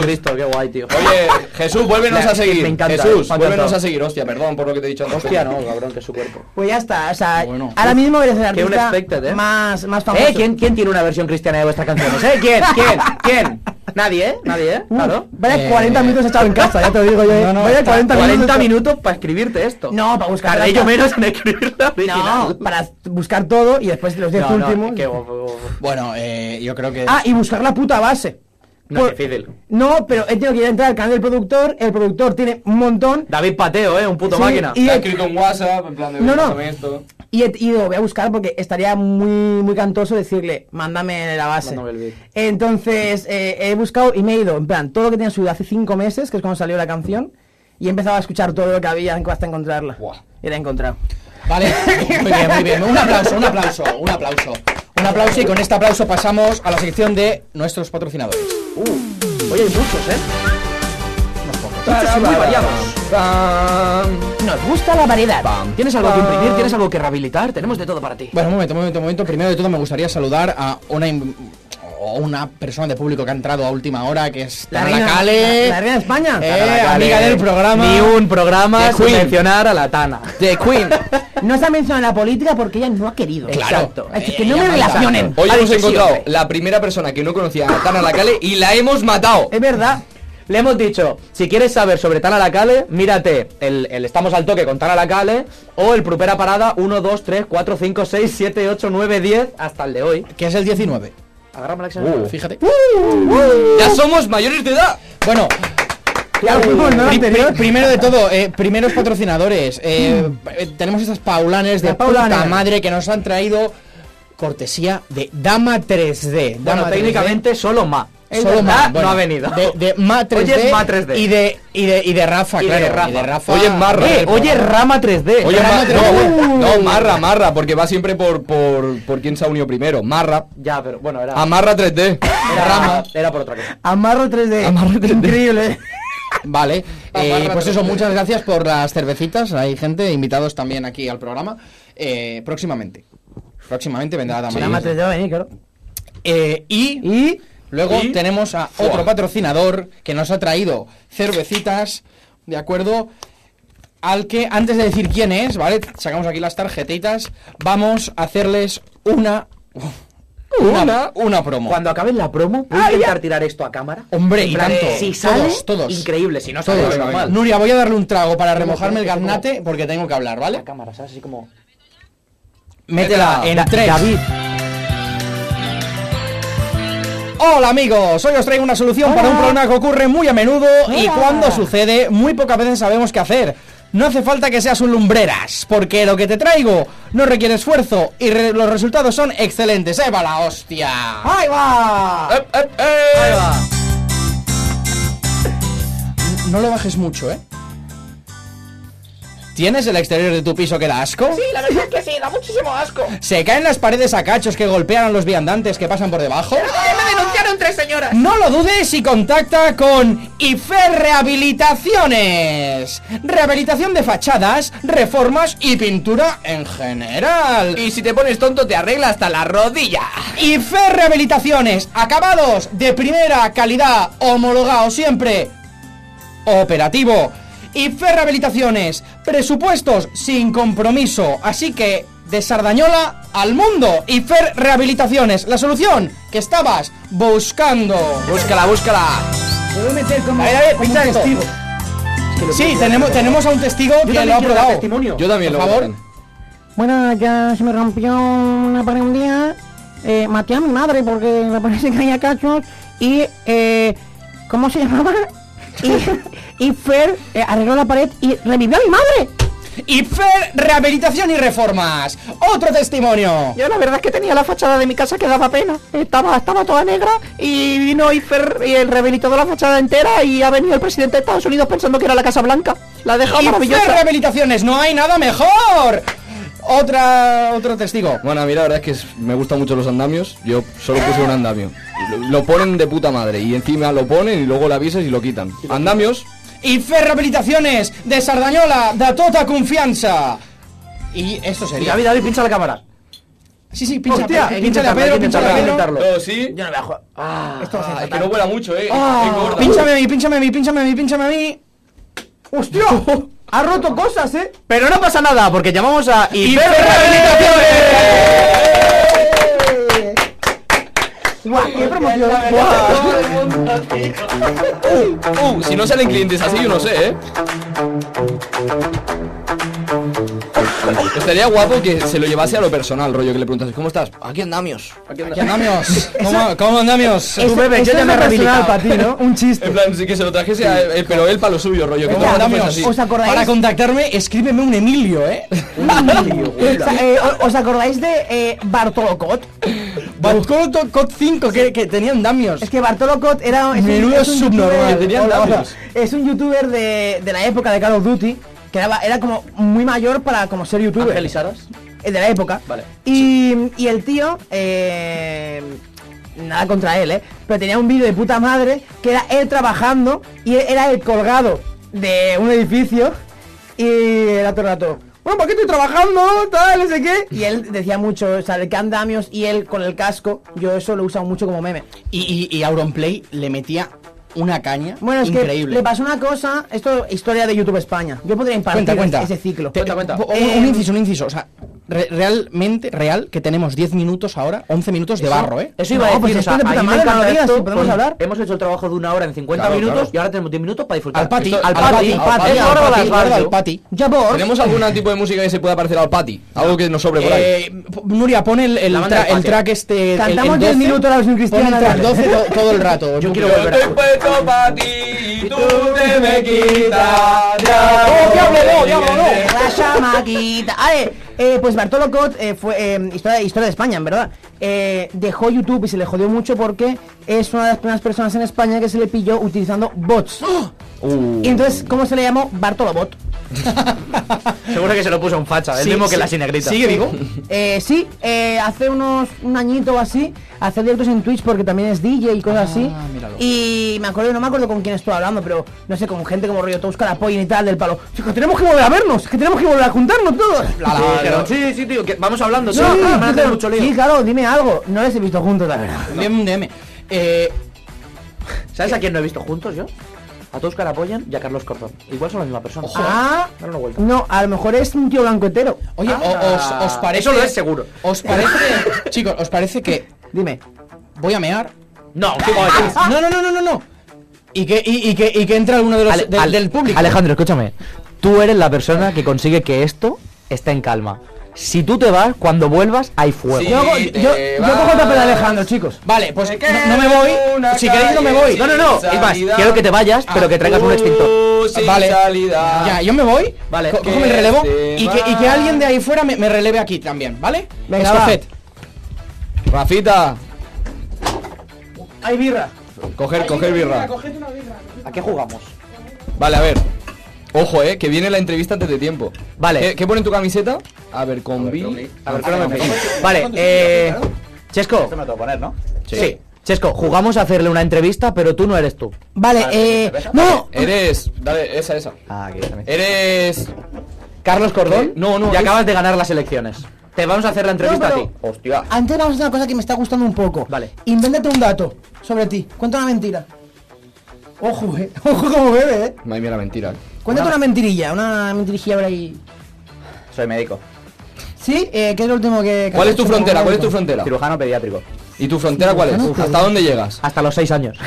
Cristo, qué guay, tío.
Oye, Jesús, vuélvenos
Me
a seguir.
encanta,
Jesús,
Juan
vuélvenos
Plaza.
a seguir. Hostia, perdón por lo que te he dicho antes.
Hostia, Eh, no, cabrón, que es su cuerpo.
Pues ya está, o sea,
Bueno.
ahora mismo eres el
un
artista
expected, ¿eh?
más, más famoso.
¿Eh? ¿Quién, ¿Quién tiene una versión cristiana de vuestras canciones? ¿Eh? ¿Quién? ¿Quién? ¿Quién? Nadie, ¿eh? Nadie, ¿eh? Claro.
Vaya
Eh,
40 minutos he estado en casa, ya te lo digo yo. eh.
No, no,
Vaya
está-
40,
40
minutos.
minutos para escribirte esto.
No, para buscar.
Tardé yo menos en escribir la original.
No, para buscar todo y después los 10
No, no,
últimos.
qué guapo.
Bueno, eh, yo creo que.
Ah, y buscar la puta base.
No
Por-
es difícil.
No, pero he tenido que ir a entrar al canal del productor. El productor tiene un montón.
David Pateo, ¿eh? Un puto
Sí,
máquina.
y-
Te ha escrito un WhatsApp, en plan de...
No, no.
"Pásame Esto.
Y, he- y lo voy a buscar porque estaría muy, muy cantoso decirle, mándame la base.
Mándame el beat.
Entonces, eh, he buscado y me he ido, en plan, todo lo que tenía subido hace 5 meses, que es cuando salió la canción, y he empezado a escuchar todo lo que había hasta encontrarla.
Buah.
Y la he encontrado.
Vale, muy bien, muy bien. Un aplauso, un aplauso, un aplauso. Un aplauso y con este aplauso pasamos a la sección de nuestros patrocinadores.
Oye, hay muchos, ¿eh? Muchos y muy variados.
Nos gusta la variedad.
Tienes algo que imprimir, tienes algo que rehabilitar, tenemos de todo para ti.
Bueno, un momento, un momento, un momento. Primero de todo me gustaría saludar a una in- o una persona de público que ha entrado a última hora, que es
La
Tamara
reina-
Cale.
la- la reina de España.
Eh,
Tamara
Vale,
amiga
vale.
del programa.
Ni un programa
The
sin
Queen.
mencionar a la Tana.
De Queen.
No se ha mencionado la política porque ella no ha querido.
Exacto.
Es que
Eh,
no
ella
me
manda.
relacionen.
Hoy
Ha
hemos
dicho sí,
encontrado
hombre.
la primera persona que no conocía a Tana Lacale y la hemos matado.
Es verdad.
Le hemos dicho, si quieres saber sobre Tana la Cale, mírate el, el Estamos al Toque con Tana la Cale o el Prupera Parada 1, 2, 3, 4, 5, 6, 7, 8, 9, 10 hasta el de hoy. Uh.
Que es el 19.
Agarramos la
Fíjate.
¡Ya somos mayores de edad!
Bueno, eh,
Ya fuimos, ¡Uh! ¿no?
pri- pri-
Anterior.
primero de todo, eh, primeros patrocinadores. eh, eh, tenemos estas paulanes de
La paulana.
puta madre que nos han traído cortesía de Dama 3D. Dama
Bueno,
3D,
técnicamente solo Ma.
solo Ma,
Ma
bueno,
no ha venido.
De, de Ma 3D,
Hoy es Ma 3D.
Y de, y de, y de Rafa,
Y de
claro.
Rafa.
Y de Rafa.
Hoy es Marra.
Eh, oye, Rama 3D.
Oye,
Marra
ma-
te-
Uh,
no, no, Marra, Marra, porque va siempre por, por, por quién se ha unido primero. Marra.
Ya, pero bueno, era,
Amarra 3D.
era Rama. Era por otra cosa.
Amarro 3D.
Amarro 3D.
Increíble.
Vale, eh,
Amarra
pues eso,
3D.
muchas gracias por las cervecitas. Hay gente, invitados también aquí al programa. Eh, próximamente. Próximamente vendrá Dama
Amarro
3D.
3D va a venir, claro.
Eh, y
Y
Luego
Y-
tenemos a otro patrocinador que nos ha traído cervecitas, ¿de acuerdo? Al que, antes de decir quién es, ¿vale? Sacamos aquí las tarjetitas. Vamos a hacerles una. Una, una, promo.
Cuando acabes la promo, voy a intentar tirar esto a cámara.
Hombre, y
En plan,
tanto.
Si
Todos,
sale,
todos.
increíble. Si no sale,
Todos.
venga, mal.
Nuria, voy a darle un trago para remojarme el garnate porque tengo que hablar,
La
¿vale?
cámara, ¿sabes? Así como...
Métela en
Da-
3.
David.
Hola amigos, hoy os traigo una solución para un problema que ocurre muy a menudo y cuando sucede muy pocas veces sabemos qué hacer. No hace falta que seas un lumbreras, porque lo que te traigo no requiere esfuerzo y re- los resultados son excelentes. ¡Eva la hostia!
Ah.
ahí va.
¡Ep, ep, ep!
No lo bajes mucho, ¿eh? ¿Tienes el exterior de tu piso que da asco?
La verdad es que sí, da muchísimo asco.
¿Se caen las paredes a cachos que golpean a los viandantes que pasan por debajo?
Me denunciaron tres señoras.
No lo dudes y contacta con IFER Rehabilitaciones. Rehabilitación de fachadas, reformas y pintura en general.
Y si te pones tonto, te arregla hasta la rodilla.
IFER Rehabilitaciones, acabados de primera calidad, homologado siempre. Operativo. IFER Rehabilitaciones, presupuestos sin compromiso. Así que, de Sardañola al mundo. IFER Rehabilitaciones, la solución que estabas buscando.
Búscala, búscala.
Me voy a meter como,
A ver, a ver,
como
pincha
un
esto.
testigo.
Sí, tenemos, tenemos a un testigo que
también
lo ha
quiero dar
probado.
testimonio.
Yo también
Por
lo
favor.
voy a hacer.
Bueno, ya se me rompió una pared un día. Eh, maté a mi madre porque me parece que había cachos. Y, eh, ¿cómo se llamaba? Y, y Fer eh, arregló la pared y revivió a mi madre.
Y Fer, rehabilitación y reformas. Otro testimonio.
Yo la verdad es que tenía la fachada de mi casa que daba pena. Estaba, estaba toda negra y vino Ifer y el rehabilitó la fachada entera y ha venido el presidente de Estados Unidos pensando que era la Casa Blanca. La ha dejado
Y Fer,
maravillosa.
rehabilitaciones. No hay nada mejor. Otra, otro testigo.
Bueno, a mí la verdad es que es- me gustan mucho los andamios. Yo solo puse un andamio. Lo, lo ponen de puta madre. Y encima lo ponen y luego la avisas y lo quitan. Andamios.
Y Fer, rehabilitaciones de Sardañola, de tota confianza. Y esto
Y
sería.
David, David, pincha la cámara.
Sí, sí, pincha,
Hostia,
pincha,
hay que
pinchale a
intentarlo,
Pedro,
hay que
pinchale a
intentarlo,
Pedro.
hay que
No, sí.
Yo no me voy a jugar. Ah, esto
Ah, es que no vuela mucho, eh. Engorda.
Pínchame a mí, pínchame a mí, pínchame a mí, pínchame a mí.
¡Hostia! ha roto cosas, ¿eh? Pero no pasa nada, porque llamamos a
Y
Iber
Fer, rehabilitaciones.
¡Guau! ¡Qué promoción!
Uh, si no salen clientes así, yo no sé, ¿eh? Estaría guapo que se lo llevase a lo personal, rollo, que le preguntas, ¿cómo estás? Aquí andamios. Aquí
Aquí andamios. ¿Cómo, cómo andamios?
Eso-
bebé, yo
eso
ya
es
me he
lo personal
rehabilitado.
para ti, ¿no? Un
En
chiste.
plan, sí que se lo trajese, a él, eh, pero él para lo suyo, rollo, que todo el mundo fuese así.
¿Os acordáis?
Para contactarme, escríbeme un Emilio, ¿eh?
O sea, eh, o- ¿Os acordáis de eh, Bartolo Cot?
eh, Bartolo Cot 5, que, que tenían damios.
Es que Bartolo Cot era es
Menudo
es
subnormal,
youtuber-
tenían
hola, hola.
labios.
Es un youtuber de, de la época de Call of Duty, que era, era como muy mayor para como ser youtuber.
Ángel y Saras.
El de la época.
Vale.
Y, y el tío, eh, nada contra él, ¿eh? Pero tenía un vídeo de puta madre que era él trabajando y él- era él colgado de un edificio y era todo el rato. Bueno, ¿para qué estoy trabajando? Tal, no sé qué. Y él decía mucho, o sea, de que andamios y él con el casco, yo eso lo he usado mucho como meme.
Y, y, y Auronplay le metía una caña
Bueno, es que
increíble.
le pasó una cosa, esto historia de YouTube España. Yo podría impartir
cuenta, cuenta.
ese ciclo.
Te-
Cuenta, cuenta.
un- Un,
Eh,
inciso, un inciso. O sea, re- realmente real que tenemos 10 minutos ahora, 11 minutos de barro, ¿eh?
Eso iba a
No,
decir,
pues
o
esto es
sea,
de
a
puta
mí me
madre,
encanta
no lo digas,
esto,
si podemos
pues,
hablar.
Hemos hecho el trabajo de una hora en 50
Claro,
minutos
claro.
y ahora tenemos 10 minutos para disfrutar.
Al pati,
Esto-
al pati, al pati,
Es
al
hora de
pati,
las
gordo,
radio.
al pati.
Ya por.
¿Tenemos algún tipo de música que se pueda parecer al pati? Algo que nos sobre por ahí.
Eh, p- Nuria, pon el, el,
La banda
tra-
del patio.
el track este. el-
Cantamos
el
10
12,
minutos la versión
Pon el
cristiana,
track
dale.
12 to- todo el rato.
Yo quiero
Yo
volver
te he
a...
puesto pa' ti y tú te me quitas. ¡Oh, diablo, no, diablo, no!
La chamaquita. A ver, eh, pues Bartolo Cot eh, fue eh, historia, historia de España, en verdad. Eh, dejó YouTube y se le jodió mucho porque es una de las primeras personas en España que se le pilló utilizando bots.
¡Oh!
Y entonces, ¿cómo se le llamó? Bartolo Bot.
Seguro que se lo puso un facha, el mismo que la sinegrita.
Sigue vivo.
Eh, sí, eh, hace unos un añito o así, hace directos en Twitch porque también es DJ y cosas así.
míralo.
Y me acuerdo, no me acuerdo con quién estuve hablando, pero no sé, con gente como Río Tosca, la polla y tal, del palo. "Es que tenemos que volver a vernos, es que tenemos que volver a juntarnos todos.
Sí, dijeron, sí, sí, tío, que vamos hablando, sí,
No,
que
no,
van a tener
no,
mucho lío.
sí, claro, dime algo. No les he visto juntos, la verdad.
DM, DM. Eh,
¿Sabes a quién no he visto juntos yo? A todos Carapoyan y a Carlos Cordón. Igual son la misma persona.
Ah,
Dale una vuelta.
no, a lo mejor es un tío blanco hetero.
oye, o-
Ah,
os, os parece.
eso lo es seguro.
Os parece. chicos, os parece que
Dime.
voy a mear.
No, qué guay.
No, no, no, no, no, no. Y que, y, y que, y que entra alguno de los
Ale-
de-
Ale-
ah, del público.
Alejandro, escúchame. Tú eres la persona que consigue que esto esté en calma. Si tú te vas, cuando vuelvas hay fuego.
Sí.
Yo, hago-
te
yo, yo
vas.
cojo el papel de Alejandro, chicos.
Vale, pues
Me
no, no me
quedo
voy.
en una
Si queréis, no me
calle
voy.
No, no, no. Es más,
Salida.
quiero que te vayas, pero que traigas un extintor.
Tú sin
Vale.
salida.
Ya, yo me voy.
Vale.
Co- cojo
Que
el relevo
se
y que, y que
va.
alguien de ahí fuera me, me releve aquí también, ¿vale?
Venga, va.
Escoced.
Rafita,
Hay birra.
coger, coger birra.
¿A qué jugamos?
Vale, a ver. Ojo, eh, que viene la entrevista antes de tiempo.
Vale.
¿Qué, qué pone en tu camiseta? A ver, con B.
A ver, Ah, espérame un poco. Vale, eh. Chesco.
me tengo que poner, ¿no?
Sí. Chesco, jugamos a hacerle una entrevista, pero tú no eres tú.
Vale, eh. ¡No!
Eres. Dale, esa, esa.
Ah, aquí también.
Eres.
Carlos Cordón.
¿Qué? No, no,
Y
es-
acabas de ganar las elecciones. Te vamos a hacer la entrevista
pero-
a ti.
Hostia.
Antes vamos a hacer una cosa que me está gustando un poco.
Vale.
Invéntate un dato sobre ti. Cuenta una mentira. Ojo, eh. Ojo como bebe, eh.
Madre mía, la mentira.
Cuéntate una mentirilla, una mentirilla por ahí.
Soy médico.
¿Sí? Eh, ¿Qué es lo último que.?
¿Cuál es tu frontera? ¿Cuál es tu frontera?
Cirujano pediátrico.
¿Y tu frontera cuál es?
Cirujano, pero-
¿Hasta dónde llegas?
Hasta los seis años.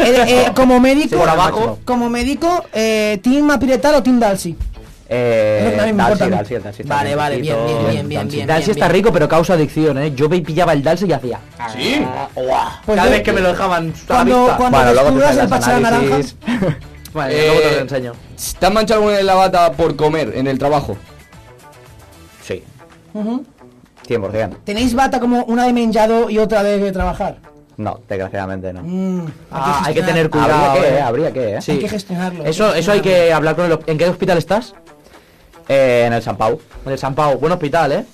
Eh, eh, como médico.
Sí, por abajo.
Como médico, eh, ¿Team Apiretal o Team Dalsy? Es lo
Eh.
que también me importa a mí.
Dalsy, el Dalsy está
Vale, vale, bien, bien,
fresquito.
bien, bien, bien.
Dalsy
bien,
está
bien.
rico, pero causa adicción, ¿eh? Yo me pillaba el Dalsy y hacía. Ah,
Sí.
Pues
Cada
yo-
vez que me lo dejaban. a la
Cuando,
vista.
cuando
Bueno, luego te
descubras el
salen los
pachá naranja.
análisis.
Vale,
Eh,
luego te lo enseño.
ah,
¿Te han manchado alguna vez la bata por comer en el trabajo?
Sí. 100%.
¿Tenéis bata como una de menjado y otra de trabajar?
No, desgraciadamente no.
Mm,
Ah, hay que
gestionar-
tener cuidado.
Habría que,
eh.
eh, habría que, eh.
Sí.
Hay que gestionarlo.
Eso, eso hay que hablar con el. ¿En qué hospital estás?
Eh, en el San Pau.
En el San Pau. Buen hospital, ¿eh?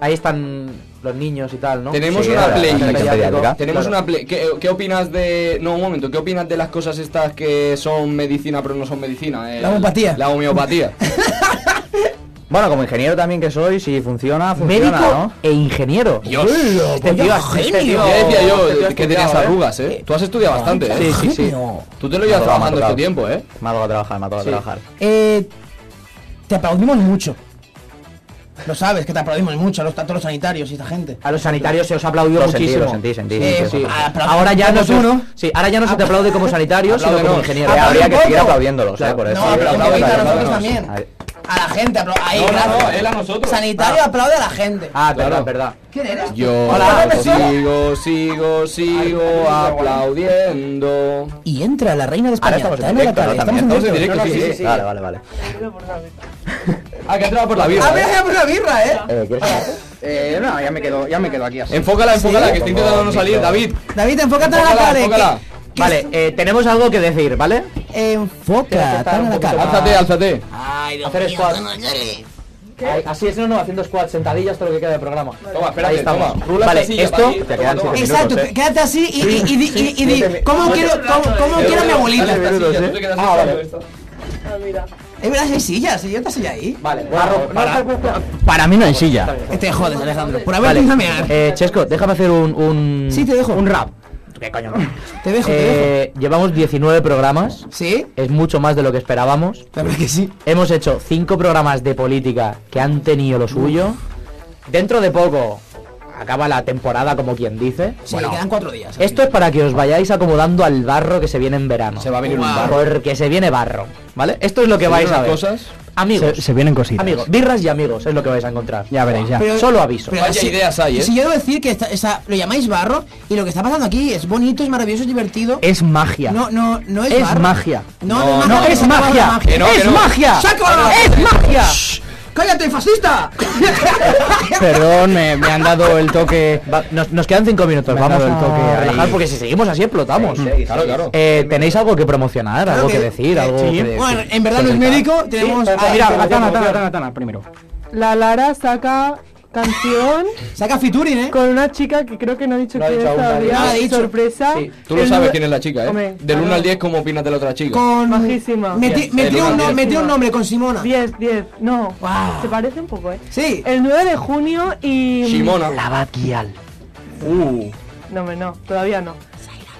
Ahí están los niños y tal, ¿no?
Tenemos
Sí, la-
una
la sección
playlist.
pediátrica.
Tenemos
Claro.
una play. ¿Qué, qué opinas de.? No, un momento. ¿Qué opinas de las cosas estas que son medicina pero no son medicina? El-
La homeopatía.
La homeopatía.
Bueno, como ingeniero también que soy, si funciona, funciona,
Médico
¿no?
e ingeniero.
Dios.
pues
Este tío, este tío.
Ya decía yo
este tío ha
que tenías
estudiado, ¿eh?
arrugas, ¿eh? Tú has estudiado bastante, ¿eh?
Sí, sí, sí.
Tú te lo llevas
Me ha tocado,
trabajando
me ha
este
tocado.
tiempo, ¿eh?
Me ha tocado trabajar, me ha tocado trabajar.
Eh, te aplaudimos mucho. Lo sabes, que te aplaudimos mucho a, los, a todos los sanitarios y esta gente.
A los sanitarios se os ha aplaudido
Lo sentí,
muchísimo.
lo sentí, sentí.
Sí,
sentí.
sí.
Ah, pero
Ahora ya no
como
se,
tú, ¿no?
sí, ahora ya no se te aplaude como sanitario, sino como
Apláudenos.
ingeniero.
Eh, habría que
Aplaude un
seguir
poco.
aplaudiéndolos, ¿eh? Por eso.
No, pero
aplaude,
aplaudid a
aplaude,
nosotros
aplaude.
también. A la gente, apla- ahí,
No, no,
claro.
no, él a nosotros.
Sanitario aplaude a la gente.
Ah,
Claro.
verdad, verdad.
¿Quién eres?
Yo
Hola, profesora.
sigo, sigo, sigo aplaudiendo.
Y entra la reina de
Ahora
España.
estamos en
Diana
directo,
Natale.
¿no? También
Estamos en
No,
directo,
no,
sí, sí, sí.
Vale, vale, vale.
Ah, que ha entrado por la birra.
Ah, mira,
¿eh?
ya por una birra, eh.
Eh, ¿quieres sacarte?
Eh, no, ya me quedo, ya me quedo aquí así.
Enfócala, enfócala, que está
como
intentando no
micro.
salir. David,
David, enfócate a la
Enfócala,
cara. que-
enfócala.
que-
Vale, eh, tenemos algo que decir, ¿vale?
Enfoca, tan a la cara.
álzate, álzate.
Hacer squats. Ahí, Así es, no, no, haciendo squats, sentadillas, todo lo que queda de programa.
Toma,
Ahí
espérate,
estamos.
toma. Rula
Vale,
esta silla
esto-
para ti.
Te quedan
Toma, toma.
siete
Exacto,
minutos, ¿eh?
quédate así y, y, y, di- y- y di, ¿cómo quiero, cómo, cómo quiero a mi abuelita?
Dale,
minutos,
silla,
¿eh?
tú te quedas
Ah,
sentado,
vale.
esto.
Es verdad, hay sillas, hay otra silla ahí.
Vale, barro- para,
Para mí no hay silla.
Te jodes, Alejandro. Por haber
Vale,
venido a mear.
eh, Chesco, déjame hacer un, un...
Sí, te dejo.
Un rap. ¿Qué coño?
Te dejo, te dejo.
Eh, llevamos 19 programas.
¿Sí?
Es mucho más de lo que esperábamos.
La verdad que sí.
Hemos hecho cinco programas de política que han tenido lo suyo. Dentro de poco acaba la temporada, como quien dice.
Sí,
Bueno,
quedan cuatro días.
esto es para que os vayáis acomodando al barro que se viene en verano. Se va a
venir un barro.
Porque se viene barro, ¿vale? Esto es lo que vais a ver.
cosas.
Amigos.
Se, se vienen cositas.
Amigos, birras y amigos es lo que vais a encontrar. Ya
veréis, ya.
Pero-
Solo aviso.
pero si- Si yo debo decir que esta- esa- lo llamáis barro y lo que está pasando aquí es bonito, es maravilloso, es divertido.
Es magia.
No, no, no es,
Es
barro.
magia.
No,
No,
no,
no, es magia. Que no, que no.
¡Sácalo!
¡Es magia!
¡Cállate, fascista!
Perdón, me, me han dado el toque.
nos, nos quedan cinco minutos.
Vamos
Vamos
el toque.
a
ahí.
relajar porque si seguimos así explotamos.
Sí, sí, Claro, sí. claro.
Eh, ¿Tenéis algo que promocionar? ¿Algo que, decir? ¿Algo que decir?
Bueno, en verdad no es médico, tenemos...
espera,
Ah,
mira,
tenemos-
Atana, Atana,
tenemos-
Atana, primero. La Lara saca canción.
saca featuring, ¿eh?
Con una chica que creo que no ha dicho
No ha
quién
dicho
es
aún, nadie.
todavía.
No ha dicho.
Sorpresa.
Tú lo
El
sabes
número-
quién es la chica, ¿eh?
Hombre,
Del 1
claro.
al 10, ¿cómo opinas de la otra chica?
Con... Majísima.
Metí- Bien. metí un no- metí un
nombre con Simona.
10, 10. No. Se parece un poco, ¿eh? Sí. El 9 de junio y...
Simona. Uh.
No, hombre, no. Todavía no.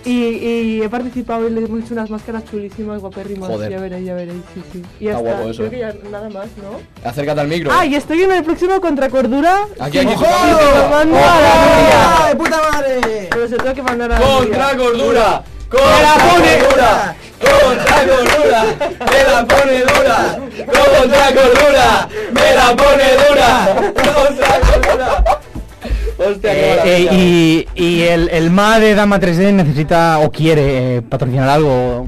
Y, y he participado y le hemos hecho unas máscaras chulísimas, guapérrimas.
Joder.
Ya veréis, ya veréis. Sí, sí. Y ya
Está
está.
guapo eso, ¿eh?
Creo que ya nada más, ¿no?
Acércate al micro.
Ah, y estoy en el próximo contra Cordura.
Aquí, aquí,
¡Ojo!
tocamos el tema.
Lo mando
¡Ojo!
a la
Ah, ¡De puta madre!
Pero se tengo que mandar a la
¡Contra
mierda.
gordura! ¡Contra gordura! ¡Contra gordura! ¡Me la pone dura! ¡Contra gordura! ¡Me la pone dura! ¡Contra gordura! Hostia, qué
Eh, eh,
maravilla.
y y el, el MA de Dama 3D necesita o quiere eh, patrocinar algo.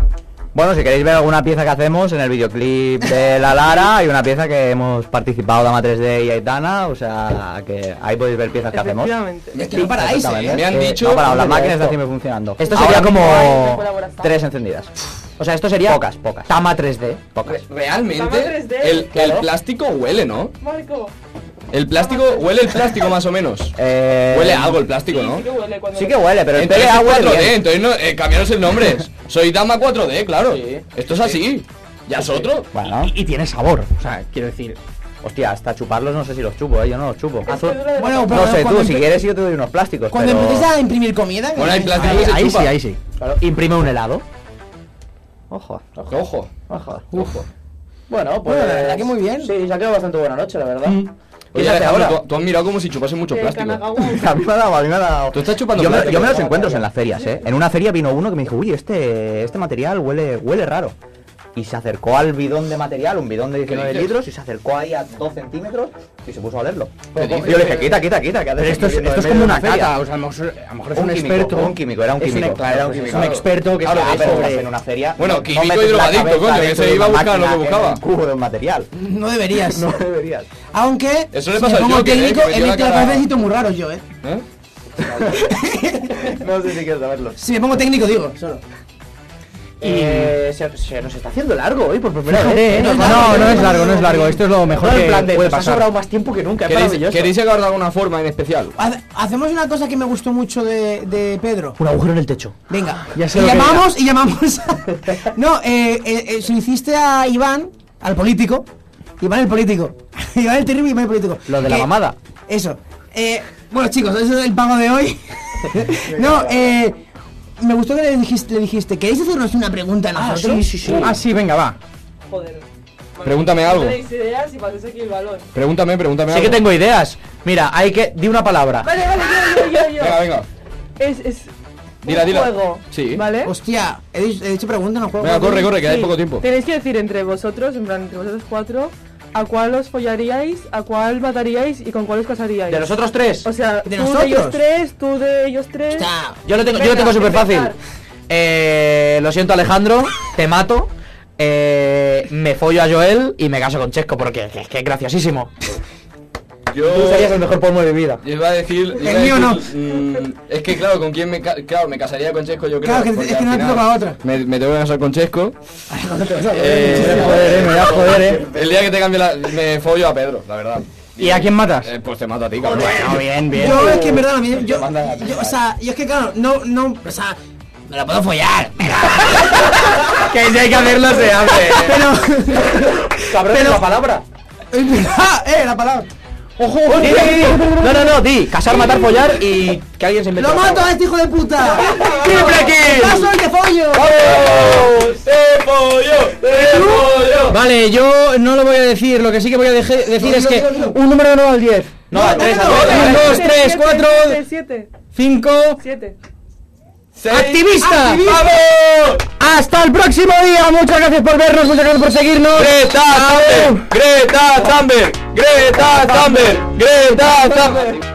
Bueno, si queréis ver alguna pieza que hacemos
en el videoclip de La Lara, hay una pieza que hemos participado Dama 3D y Aitana, o sea que ahí podéis ver piezas que hacemos.
Efectivamente.
Es que no paráis, ¿eh?
Me han dicho-
No, para, las máquinas
Esto.
están siempre funcionando.
Esto sería
Ahora mismo
como-
hay tres encendidas.
O sea, esto sería
Pocas, pocas.
Tama 3D. Pocas.
Tama
Realmente,
3D.
el, el
Claro.
plástico huele, ¿no?
Marco.
El plástico, huele el plástico más o menos.
Eh,
huele a algo el plástico, ¿no?
Sí que huele cuando...
Sí que huele, pero
el
entonces
PLA
es
huele
4D,
bien.
entonces no, eh, cambiaros el nombre. Soy Dama 4D, claro. Esto es así. Ya es otro.
Bueno. Y, tiene sabor, o sea, quiero decir. Hostia, hasta chuparlos no sé si los chupo, eh, yo no los chupo.
Bueno, pero
no sé
cuando
tú, si
empe-
quieres yo te doy unos plásticos.
Cuando
pero-
empecéis a imprimir comida...
ahí, ahí sí, ahí sí.
Imprime un helado.
Ojo.
Ojo.
Ojo. Bueno, pues.
Bueno, la verdad que muy bien. Mm.
Sí, se ha quedado bastante buena noche, la verdad.
Oye,
Pues
¿Qué hace
Alejandro,
ahora?
tú, tú has mirado como si chupase mucho
Sí,
plástico.
Kanagawa.
A mí me ha dado, a mí me ha dado.
Tú estás chupando
yo, me,
plástico.
yo me los encuentro en las ferias, ¿eh? En una feria vino uno que me dijo, uy, este, este material huele, huele raro. Y se acercó al bidón de material, un bidón de 19
dices?
litros, y se acercó ahí a 2 centímetros y se puso a olerlo.
¿Qué dices?
Yo le dije, quita, quita, quita. que haces
Pero esto es,
aquí
esto es
en
como
medio de
una
feria?".
cata, o sea, a lo mejor, a lo mejor es un,
químico,
experto.
un químico, era un
Es un-
químico.
claro,
era un
pues es
químico.
un experto que
Claro,
sabe
eso,
sobre-
en una feria.
Bueno,
no
químico y
metes la
drogadicto,
cabeza
coño, que
dentro
se
de
iba a
una
buscar lo que
máquina en
buscaba.
Un cubo de un material.
No deberías.
No deberías.
Aunque,
Eso le
si
pasa
me
al
pongo
Joker, ¿eh?
técnico,
Que metió
he
la
metido
cara-
la cabeza muy raros yo, ¿eh?
¿Eh?
No sé si quieres saberlo.
Si me pongo técnico, digo, solo.
Eh, se, se nos está haciendo largo hoy por primera
Fíjate,
vez.
¿eh? No, no es largo, no es largo. Esto es lo mejor
No, en
que
plan de,
puede
nos ha
pasar.
sobrado más tiempo que nunca. es
¿Queréis,
maravilloso.
¿Queréis acabar de alguna forma en especial?
Hace- Hacemos una cosa que me gustó mucho de, de Pedro.
Un agujero en el techo.
Venga,
Ya sé
y
lo que
llamamos y llamamos. a- no, eh, eh, eh, se lo hiciste a Iván, al político. Iván el político. Iván el terrible y Iván el político.
Lo de la
Que-
mamada.
Eso. Eh, bueno, chicos, ese es el pago de hoy. no, eh, me gustó que le dijiste, le dijiste, ¿queréis hacernos una pregunta a nosotros?
Ah, sí, venga, va.
Joder.
Pregúntame algo.
No tenéis ideas y paséis aquí el balón.
Pregúntame, pregúntame
Sí que
algo.
tengo ideas. Mira, hay que... Di una palabra.
Vale, vale, yo, yo, yo, yo.
Venga, venga.
Es, es
Dila,
un
dila.
juego,
Sí.
¿vale?
Hostia, Ah, he, dicho- he dicho pregunta, no juego.
Venga, corre, corre, que hay
Sí.
poco tiempo.
Tenéis que decir entre vosotros, en plan, entre vosotros cuatro, a cuál os follaríais, a cuál mataríais y con cuál os casaríais.
¿De nosotros tres?
O sea,
¿De
tú
nosotros?
de ellos tres, tú de ellos tres.
Hostia.
Yo lo tengo, yo lo
Venga,
tengo súper fácil.
empezar.
Eh, lo siento, Alejandro, te mato. Eh, me follo a Joel y me caso con Chesco porque es que es graciosísimo.
Eh,
Tú
Yo
serías el mejor polvo de mi vida.
yo iba a decir... mm,
El mío no.
es que claro, ¿con quién me... ca- Claro, me casaría con Chesco, yo creo.
Claro, que es-
porque
es que
al
no te
final
toca otra.
Me, me tengo que casar con Chesco. Eh,
Joder, eh, me voy a joder, eh.
El día que te cambie la... Me follo a Pedro, la verdad.
¿Y a quién matas?
Eh, pues te mato a ti, cabrón.
Bueno, bien, bien.
Yo es que en verdad, a mí- yo,
Te mandan a
yo, o sea, yo es que claro, no, no, o sea, me la puedo follar.
Que si hay que hacerlo se hace.
Pero,
Cabrón,
Pero-
la palabra.
es verdad, eh, la palabra.
¡Ojo! No, no, no, di. Casar, matar, follar y que alguien se invente.
¡Lo
la
mato
palabra.
a este hijo de puta!
¡Triple kill!
¡Caso el de follo!
Vale, yo no lo voy a decir, lo que sí que voy a deje- decir es que un número no al 10.
No, al tres, al tres.
1, 2, 3, 4,
7,
5.
7.
Ah,
¡Activista!
¡Activista!
¡Vamos! Hasta el próximo día, muchas gracias por vernos, muchas gracias por seguirnos.
Greta Thunberg, Greta Thunberg, Greta Thunberg, Greta Thunberg.